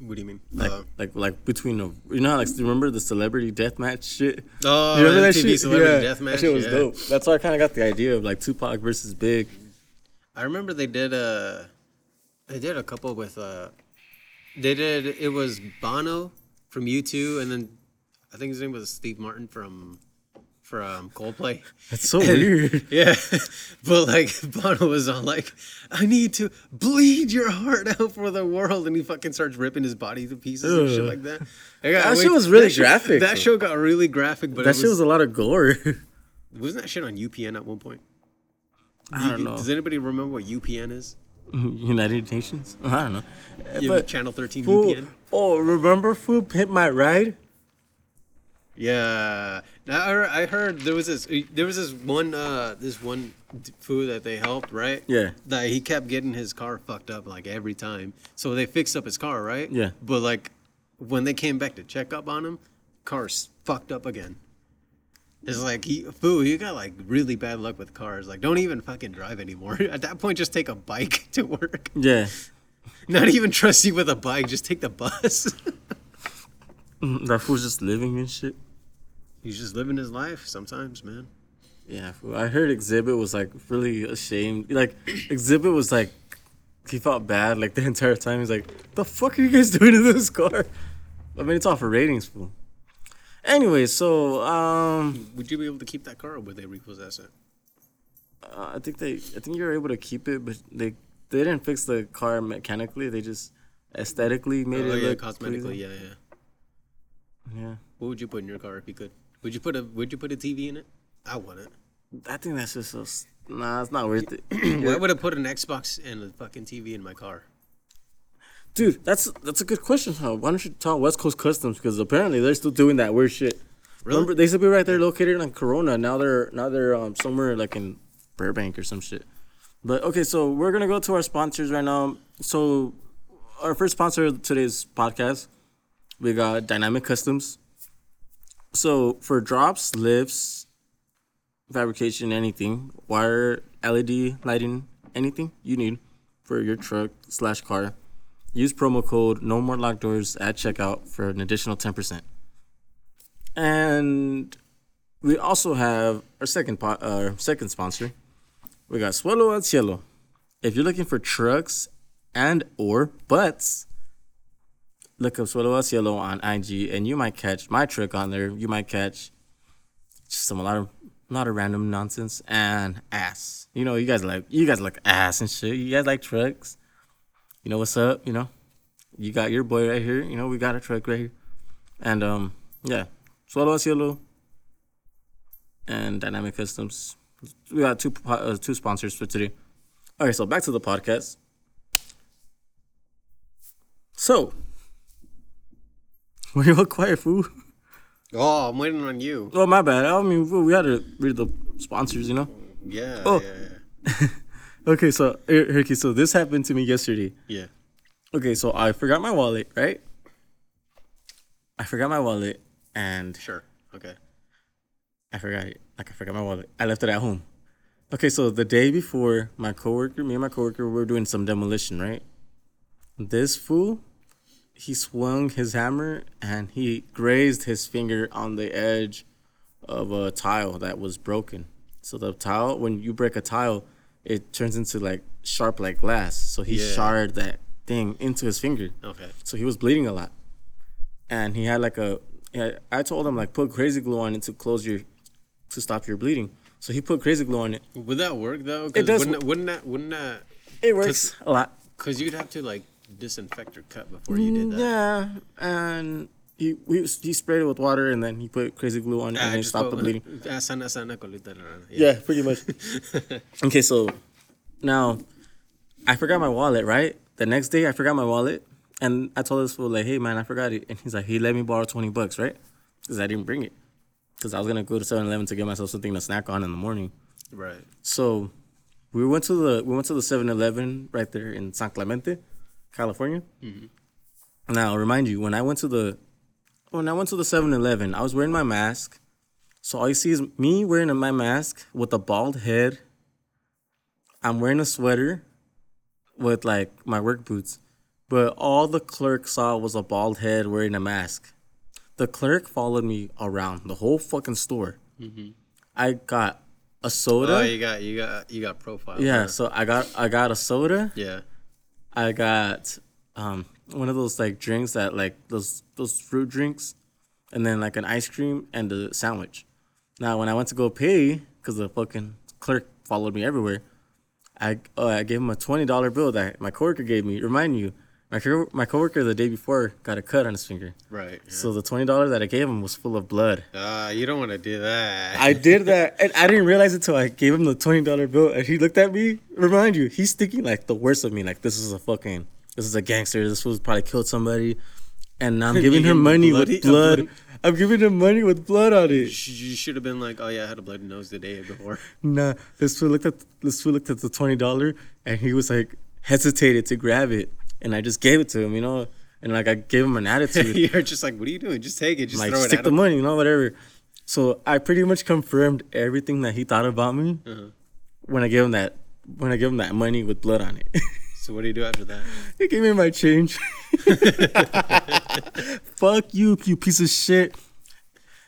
What do you mean?
Like,
Uh,
like, like between the, you know, how, like remember the celebrity death match shit.
Oh,
you remember
MTV Celebrity
yeah,
Deathmatch,
That shit was
yeah.
dope. That's where I kind of got the idea of like Tupac versus Big.
I remember they did a, they did a couple with uh, they did it was Bono from U two, and then I think his name was Steve Martin from from
[laughs]
Coldplay.
That's
[laughs]
so weird.
Yeah, but like Bono was on like, I need to bleed your heart out for the world, and he fucking starts ripping his body to pieces and shit
Ugh.
like that. I got-
That shit was really
that show-
graphic,
That
though.
show got really graphic, but
That
it
shit was a lot of gore.
wasn't that shit on UPN at one point?
I don't know.
Does anybody remember what UPN is?
[laughs] United Nations. I don't know.
Yeah,
but
Channel thirteen
fool,
UPN.
oh, remember fool hit my ride?
Yeah. Now I heard, I heard there was this there was this one uh this one d- food that they helped, right?
Yeah.
Like he kept getting his car fucked up like every time. So they fixed up his car, right?
Yeah.
But like when they came back to check up on him, car's fucked up again. It's like he fool, you got like really bad luck with cars. Like don't even fucking drive anymore. [laughs] At that point just take a bike [laughs] to work.
Yeah,
Not even trust you with a bike, just take the bus. [laughs]
that fool's just living and shit.
He's just living his life sometimes, man.
Yeah, fool. I heard Exhibit was like really ashamed. Like Exhibit was like he felt bad like the [laughs] entire time. He's like, "The fuck are you guys [laughs] doing to this car?" I mean, it's all for ratings, fool. Anyway, so um,
Would you be able to keep that car, or would they repossess it?
uh, I think they, I think you're able to keep it, but they they didn't fix the car mechanically. They just aesthetically made
Oh
it
yeah,
look
cosmetically,
pleasing.
yeah, yeah.
yeah.
What would you put in your car if you could? Would you put a Would you put a TV in it? I wouldn't.
I think that's just so. s- Nah, it's not worth it,
I would have put an Xbox and a fucking TV in my car.
dude. That's that's a good question. Huh? Why don't you tell West Coast Customs because apparently they're still doing that weird shit.
Really?
Remember, they used to be right there located on Corona. Now they're now they're um, somewhere like in Burbank or some shit. But okay, so we're gonna go to our sponsors right now. So our first sponsor of today's podcast, we got Dynamic Customs. So for drops, lifts, fabrication, anything, wire, LED lighting, anything you need for your truck slash car, use promo code No More Locked Doors at checkout for an additional ten percent. And we also have our second po- our second sponsor. We got Suelo al Cielo. If you're looking for trucks and or butts, look up Suelo al Cielo on IG, and you might catch my truck on there. You might catch just some a lot of a lot of random nonsense and ass. You know, you guys like you guys like ass and shit. You guys like trucks. You know what's up? You know, you got your boy right here. You know, we got a truck right here. And um, yeah, Swallow Cielo and Dynamic Customs. We got two po- uh, two sponsors for today. All right, so back to the podcast. So, [laughs] were you all quiet, fool?
Oh, I'm waiting on you.
Oh, my bad. I mean, fool, we had to read the sponsors, you know.
Yeah.
Oh.
Yeah.
Okay, so here- here, okay, so this happened to me yesterday.
Yeah.
Okay, so I forgot my wallet, right? I forgot my wallet, and
Sure. Okay.
I forgot it. Like I forgot my wallet. I left it at home. Okay, so the day before, my coworker, me and my coworker, we were doing some demolition, right? This fool, he swung his hammer and he grazed his finger on the edge of a tile that was broken. So the tile, when you break a tile, it turns into like sharp like glass. So he
Yeah. Oh,
shard that thing into his finger.
Okay.
So he was bleeding a lot, and he had like a. he had- I told him like put crazy glue on it to close your, to stop your bleeding. So he put crazy glue on it.
Would that work though? 'Cause
It does
Wouldn't, wouldn't that? Wouldn't that?
It works a lot.
Because you'd have to like disinfect your cut before you did that.
Yeah, and he we, he sprayed it with water and then he put crazy glue on it
Ah,
and it
just
stopped the
go-
bleeding.
ah, sana, sana, colita, la, la, la.
Yeah, pretty much. [laughs] okay, so now I forgot my wallet, right? The next day I forgot my wallet and I told this fool like, "Hey man, I forgot it." And he's like, "He let me borrow 20 bucks, right?" Cuz I didn't bring it. Cuz I was going to go to 7-Eleven to get myself something to snack on in the morning.
Right.
So we went to the we went to the 7-Eleven right there in San Clemente, California. Now, remind you, when I went to the when I went to the 7-Eleven, I was wearing my mask. So all you see is me wearing my mask with a bald head. I'm wearing a sweater with like my work boots. but all the clerk saw was a bald head wearing a mask. The clerk followed me around the whole fucking store. I got a soda.
Oh, you got you got you got profile.
yeah, so I got I got a soda.
Yeah.
I got um one of those like drinks that like those those fruit drinks, and then like an ice cream and a sandwich. Now when I went to go pay, cause the fucking clerk followed me everywhere, I uh, I gave him a twenty dollar bill that my coworker gave me. Remind you, my co- my coworker the day before got a cut on his finger,
Right.
so the twenty dollar that I gave him was full of blood.
Ah, you don't want to do that.
I did that, and I didn't realize it until I gave him the twenty dollar bill, and he looked at me. Remind you, he's thinking like the worst of me, like this is a fucking, this is a gangster. This fool's probably killed somebody, and
[laughs]
I'm giving
gave
him
him
money
bloody- a
with blood.
bloody-
I'm giving him money with blood on it.
Sh- you should have been like, oh yeah, I had a bloody nose the day
[laughs]
before.
Nah, this fool looked at this fool looked at the twenty dollar, and he was like hesitated to grab it, and I just gave it to him, you know, and like I gave him an attitude.
[laughs] You're just like, what are you doing? Just take it. Just
like
throw it
stick
at
the
him.
money, you know, whatever. So I pretty much confirmed everything that he thought about me
Uh-huh.
when I gave him that when I gave him that money with blood on it. [laughs]
So what do you do after that?
he gave me my change. [laughs] Fuck you, you piece of shit.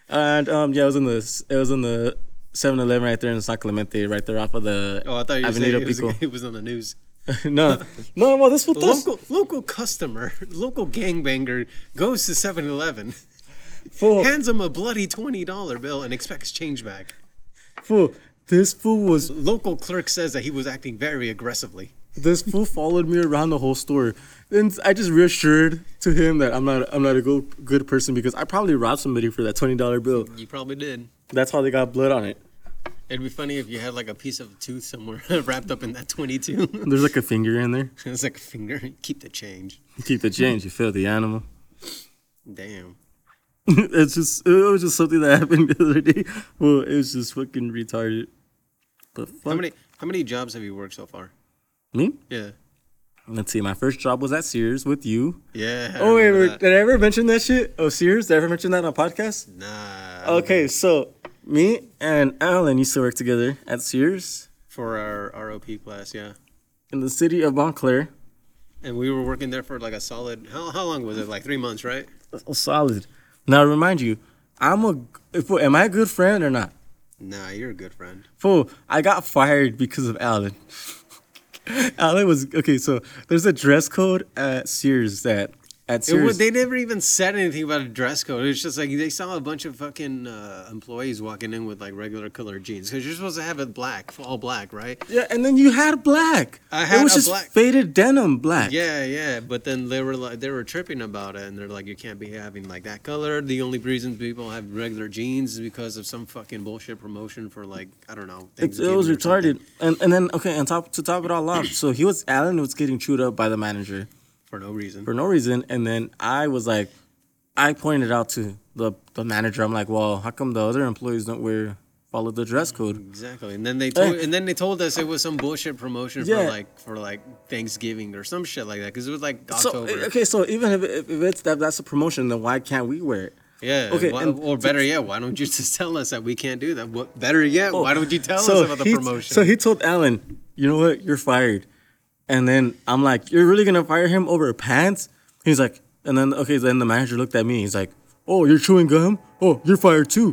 And um, yeah, it was in the it was in the 7-Eleven right there in San Clemente, right there off of the
Oh, I thought you were saying
Avenida
it was,
Pico.
[laughs] it was on the news.
[laughs] no, no, well, this was
Local local customer, [laughs] local gangbanger goes to 7-Eleven,
full.
hands him a bloody twenty dollar bill, and expects change back.
fool. This fool was
Local clerk says that he was acting very aggressively.
this fool followed me around the whole store. And I just reassured to him that I'm not I'm not a good good person because I probably robbed somebody for that twenty dollar bill.
You probably did.
That's how they got blood on it.
It'd be funny if you had like a piece of tooth somewhere [laughs] wrapped up in that twenty-two. [laughs]
There's like a finger in there.
it's like a finger. Keep the change.
Keep the change, you filthy animal. [laughs]
Damn.
it's just it was just something that happened [laughs] the other day. Well, it was just fucking retarded. But fuck
How many how many jobs have you worked so far?
me?
Yeah.
Let's see. My first job was at Sears with you.
Yeah. I
Oh wait,
remember
wait,
that.
did I ever mention that shit? Oh, Sears? Did I ever mention that on a podcast?
Nah.
Okay, so me and Alan used to work together at Sears.
For our ROP class, yeah.
in the city of Montclair.
And we were working there for like a solid how how long was it? Like three months, right?
Oh, solid. Now, remind you, I'm a. If, am I a good friend or not?
Nah, you're a good friend.
Fool, I got fired because of Alan. [laughs] Alan was okay. So there's a dress code at Sears that at
It
Sears.
was, they never even said anything about a dress code. It's just like they saw a bunch of fucking uh, employees walking in with like regular colored jeans because you're supposed to have it black, all black, right?
yeah, and then you had black.
I had
it was
a
just
black-
faded denim black.
Yeah, yeah, but then they were like they were tripping about it, and they're like, you can't be having like that color. The only reason people have regular jeans is because of some fucking bullshit promotion for like I don't know.
It, it was retarded, and and then okay, and top to top it all off, so he was Alan was getting chewed up by the manager.
for no reason.
for no reason. And then I was like, I pointed out to the, the manager, I'm like, well, how come the other employees don't wear follow the dress code?
Exactly, and then they told,
Eh.
and then they told us it was some bullshit promotion
Yeah.
for like for like Thanksgiving or some shit like that because it was like
So eh,
October.
okay, so even if, if if it's that that's a promotion, then why can't we wear it?
Yeah.
Okay,
why-
and-
or better yet, why don't you just [laughs] tell us that we can't do that? What, better yet, why don't you tell
Oh, So
us about the
he-
promotion?
So he told Alan, you know what, you're fired. And then I'm like, you're really gonna fire him over pants? He's like, and then okay, then the manager looked at me. He's like, oh, you're chewing gum? Oh, you're fired too.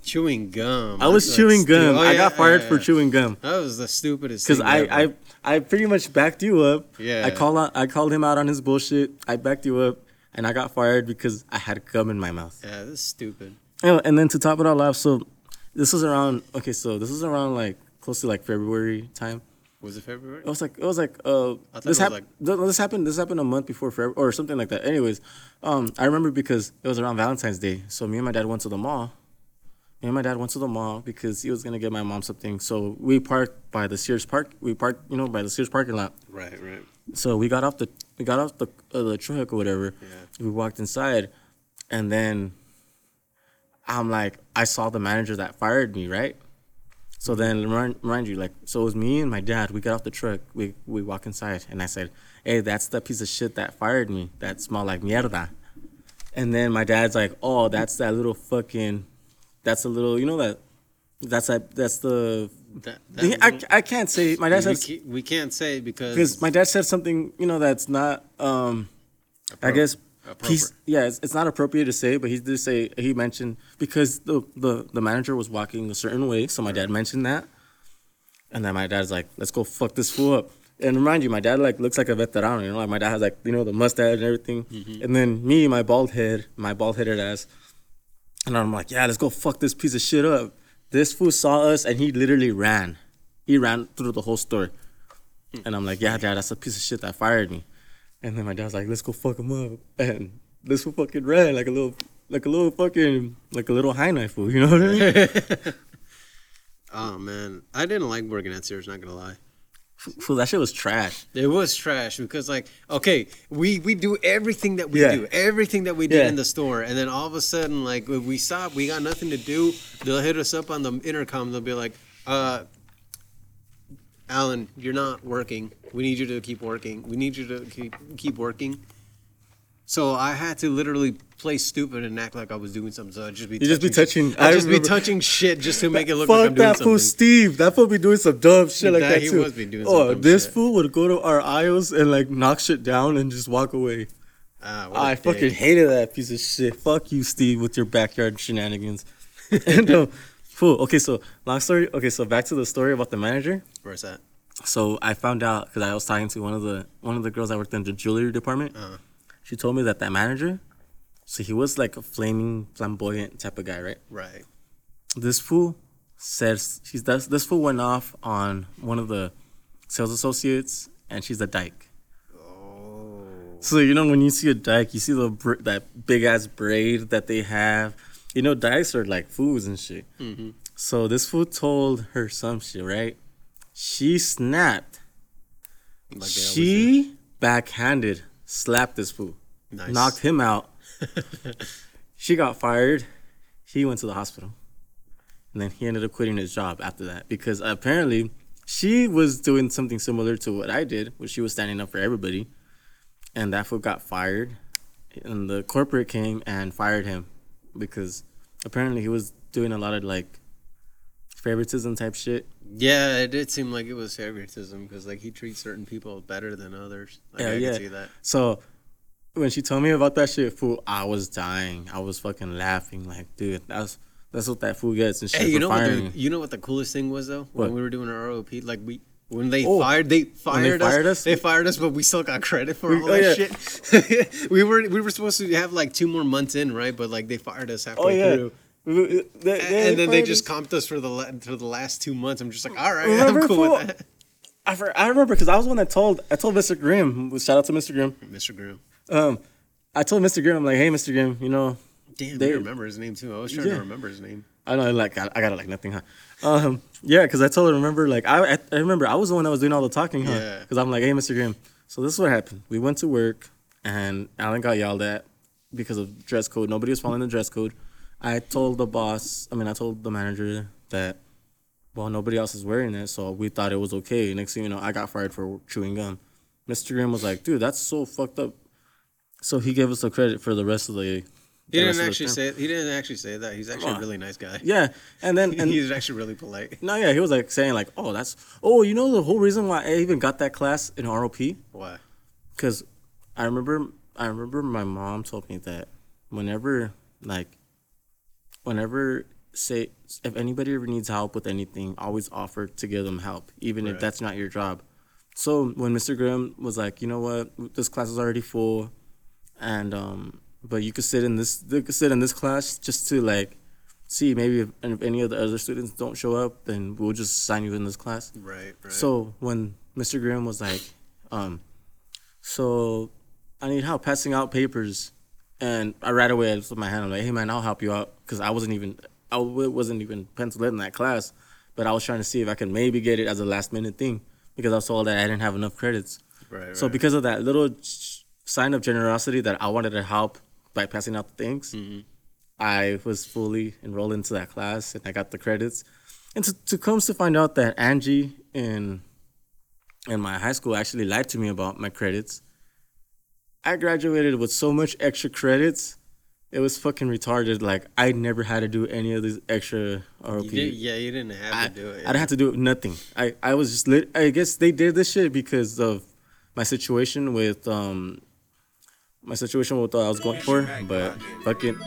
chewing gum. oh,
I was chewing gum. I got fired for
chewing.
chewing gum.
That was the stupidest.
Because
thing
I,
ever.
I I pretty much backed you up.
Yeah.
I call out, I called him out on his bullshit. I backed you up, and I got fired because I had gum in my mouth.
yeah, that's stupid.
Oh, and then to top it all off, so this was around okay, so this was around like close to like February time.
Was it February?
It was like it was like uh this
thought it was
happened this happened this happened a month before February or something like that. Anyways, um I remember because it was around Valentine's Day, so me and my dad went to the mall. Me and my dad went to the mall because he was gonna get my mom something. So we parked by the Sears Park. We parked you know by the Sears parking lot.
Right, right.
So we got off the we got off the uh, the truck or whatever.
Yeah.
We walked inside, and then I'm like, I saw the manager that fired me, right? So then, remind, remind you, like, so it was me and my dad. We got off the truck. We we walk inside, and I said, "Hey, that's the piece of shit that fired me. That smelled like mierda." And then my dad's like, "Oh, that's that little fucking, that's a little, you know that, that's that, that's the
That,
He- I, I can't say. My dad
we,
said
can't, we can't say because
because my dad said something you know that's not. um I guess he's
appropriate.
yeah. It's, it's not appropriate to say, but he did say he mentioned because the the the manager was walking a certain way, so my dad mentioned that, and then my dad's like, "Let's go fuck this fool up." And remind you, my dad like looks like a veteran, you know, like my dad has like you know the mustache and everything, and then me, my bald head, my bald headed ass, and I'm like, "Yeah, let's go fuck this piece of shit up." This fool saw us and he literally ran. He ran through the whole store. And I'm like, yeah, dad, that's a piece of shit that fired me. And then my dad's like, let's go fuck him up. And this fool fucking ran like a little, like a little fucking, like a little high knife fool. You know what I mean?
oh man, I didn't like working at Sears. Not gonna lie.
[laughs] fool, that shit was trash.
It was trash because like okay, we we do everything that we
Yeah.
do, everything that we did
Yeah.
in the store, and then all of a sudden like when we stop, we got nothing to do. They'll hit us up on the intercom. They'll be like, uh. Alan, you're not working. We need you to keep working. We need you to keep keep working. So I had to literally play stupid and act like I was doing something. So I'd just be
You just be touching-
I'd
I
just be
remember-
touching shit just to make it look like
Fuck
I'm doing
that fool,
something.
Steve. That fool be doing some dumb shit like
Nah,
that
he
too.
was be doing some
oh,
dumb
this
shit.
fool would go to our aisles and like knock shit down and just walk away.
Ah, what a
I
dick.
fucking hated that piece of shit. Fuck you, Steve, with your backyard shenanigans. [laughs] and um, fool. Okay, so long story. Okay, so back to the story about the manager.
Where's that?
so I found out because I was talking to one of the one of the girls that worked in the jewelry department. She told me that that manager, so he was like a flaming flamboyant type of guy, right?
Right.
This fool says she's this, this fool went off on one of the sales associates, and she's a dyke.
Oh.
So you know when you see a dyke, you see the br- that big ass braid that they have. You know dykes are like fools and shit.
Mm-hmm.
So this fool told her some shit, right? She snapped
Like they always do.
she backhanded slapped this fool,
Nice.
knocked him out. she got fired. He went to the hospital, and then he ended up quitting his job after that because apparently she was doing something similar to what I did, where she was standing up for everybody, and that fool got fired, and the corporate came and fired him because apparently he was doing a lot of like favoritism type shit.
Yeah, it did seem like it was favoritism because like he treats certain people better than others. Like, I can see that.
So when she told me about that shit, fool, I was dying. I was fucking laughing, like, dude, that's that's what that fool gets and shit
Hey, you
for
know what?
firing.
The, you know what the coolest thing was though
What?
when we were doing our ROP, like we. When they
Oh,
fired, they fired,
fired
us,
us?
They fired us, but we still got credit for
We- oh,
all that
yeah.
shit. [laughs] we were we were supposed to have like two more months in, right? But like they fired us halfway
oh yeah.
through,
We- we- they- they
A- and then they
fired us.
just comped us for the la- for the last two months. I'm just like, all right,
Remember,
I'm cool
fool?
with that. [laughs]
I, for, I remember because I was the one that told I told Mr. Grimm. Shout out to Mr. Grimm.
Mr. Grimm,
Um, I told Mr. Grimm, I'm like, hey, Mr. Grimm, you know,
damn,
They-
you remember his name too? I was trying
Yeah.
to remember his name.
I know, like, I, I got it like nothing, huh? Um, yeah, because I told her, remember, like, I, I, I remember I was the one that was doing all the talking, huh?
Yeah.
Because I'm like, hey, Mr. Grimm, so this is what happened. We went to work, and Alan got yelled at because of dress code. Nobody was following the dress code. I told the boss, I mean, I told the manager that, well, nobody else is wearing it, so we thought it was okay. Next thing you know, I got fired for chewing gum. Mr. Grimm was like, dude, that's so fucked up. So he gave us the credit for the rest of the. the
He
rest
didn't
of the
actually
term.
say he didn't actually say that. He's actually a
on.
really nice guy. [laughs]
Yeah, and then and
he's actually really polite.
No, yeah, he was like saying like, "Oh, that's oh, you know the whole reason why I even got that class in ROP
Why?
because I remember I remember my mom told me that whenever like whenever say if anybody ever needs help with anything, always offer to give them help, even if
Right.
that's not your job. So when Mr. Grimm was like, "You know what? This class is already full, and um, but you could sit in this you could sit in this class just to like." See, maybe if, and if any of the other students don't show up, then we'll just sign you in this class.
Right. Right.
So when Mr. Grimm was like, um, so I need help passing out papers, and I right away I just put my hand. I'm like, hey man, I'll help you out because I wasn't even I w- wasn't even penciled in that class, but I was trying to see if I could maybe get it as a last minute thing because I was told that I didn't have enough credits.
right.
So
right.
because of that little sh- sign of generosity that I wanted to help by passing out the things,
Mm-hmm.
I was fully enrolled into that class and I got the credits. And to, to comes to find out that Angie in in my high school actually lied to me about my credits. I graduated with so much extra credits It was fucking retarded. Like I never had to do any of these extra ROP.
You did, yeah, you didn't have
I,
to do it.
I'd have to do nothing. I, I was just lit. I guess they did this shit because of my situation with um my situation with what I was going for. But fucking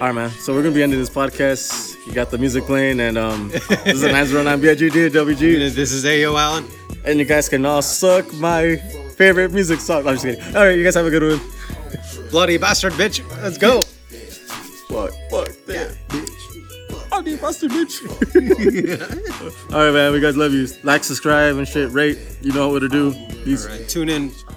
all right, man. So we're gonna be ending this podcast. You got the music playing, and um this is a nice run on BIGD WG,
This is AO Allen.
and you guys can all suck my favorite music song. I'm just kidding. All right, you guys have a good one.
Bloody bastard bitch. Let's go.
Fuck, fuck that bitch. I need busted [laughs] bitch. All right, man. We guys love you. Like, subscribe, and shit. Rate. You know what to do. Peace.
All right, tune in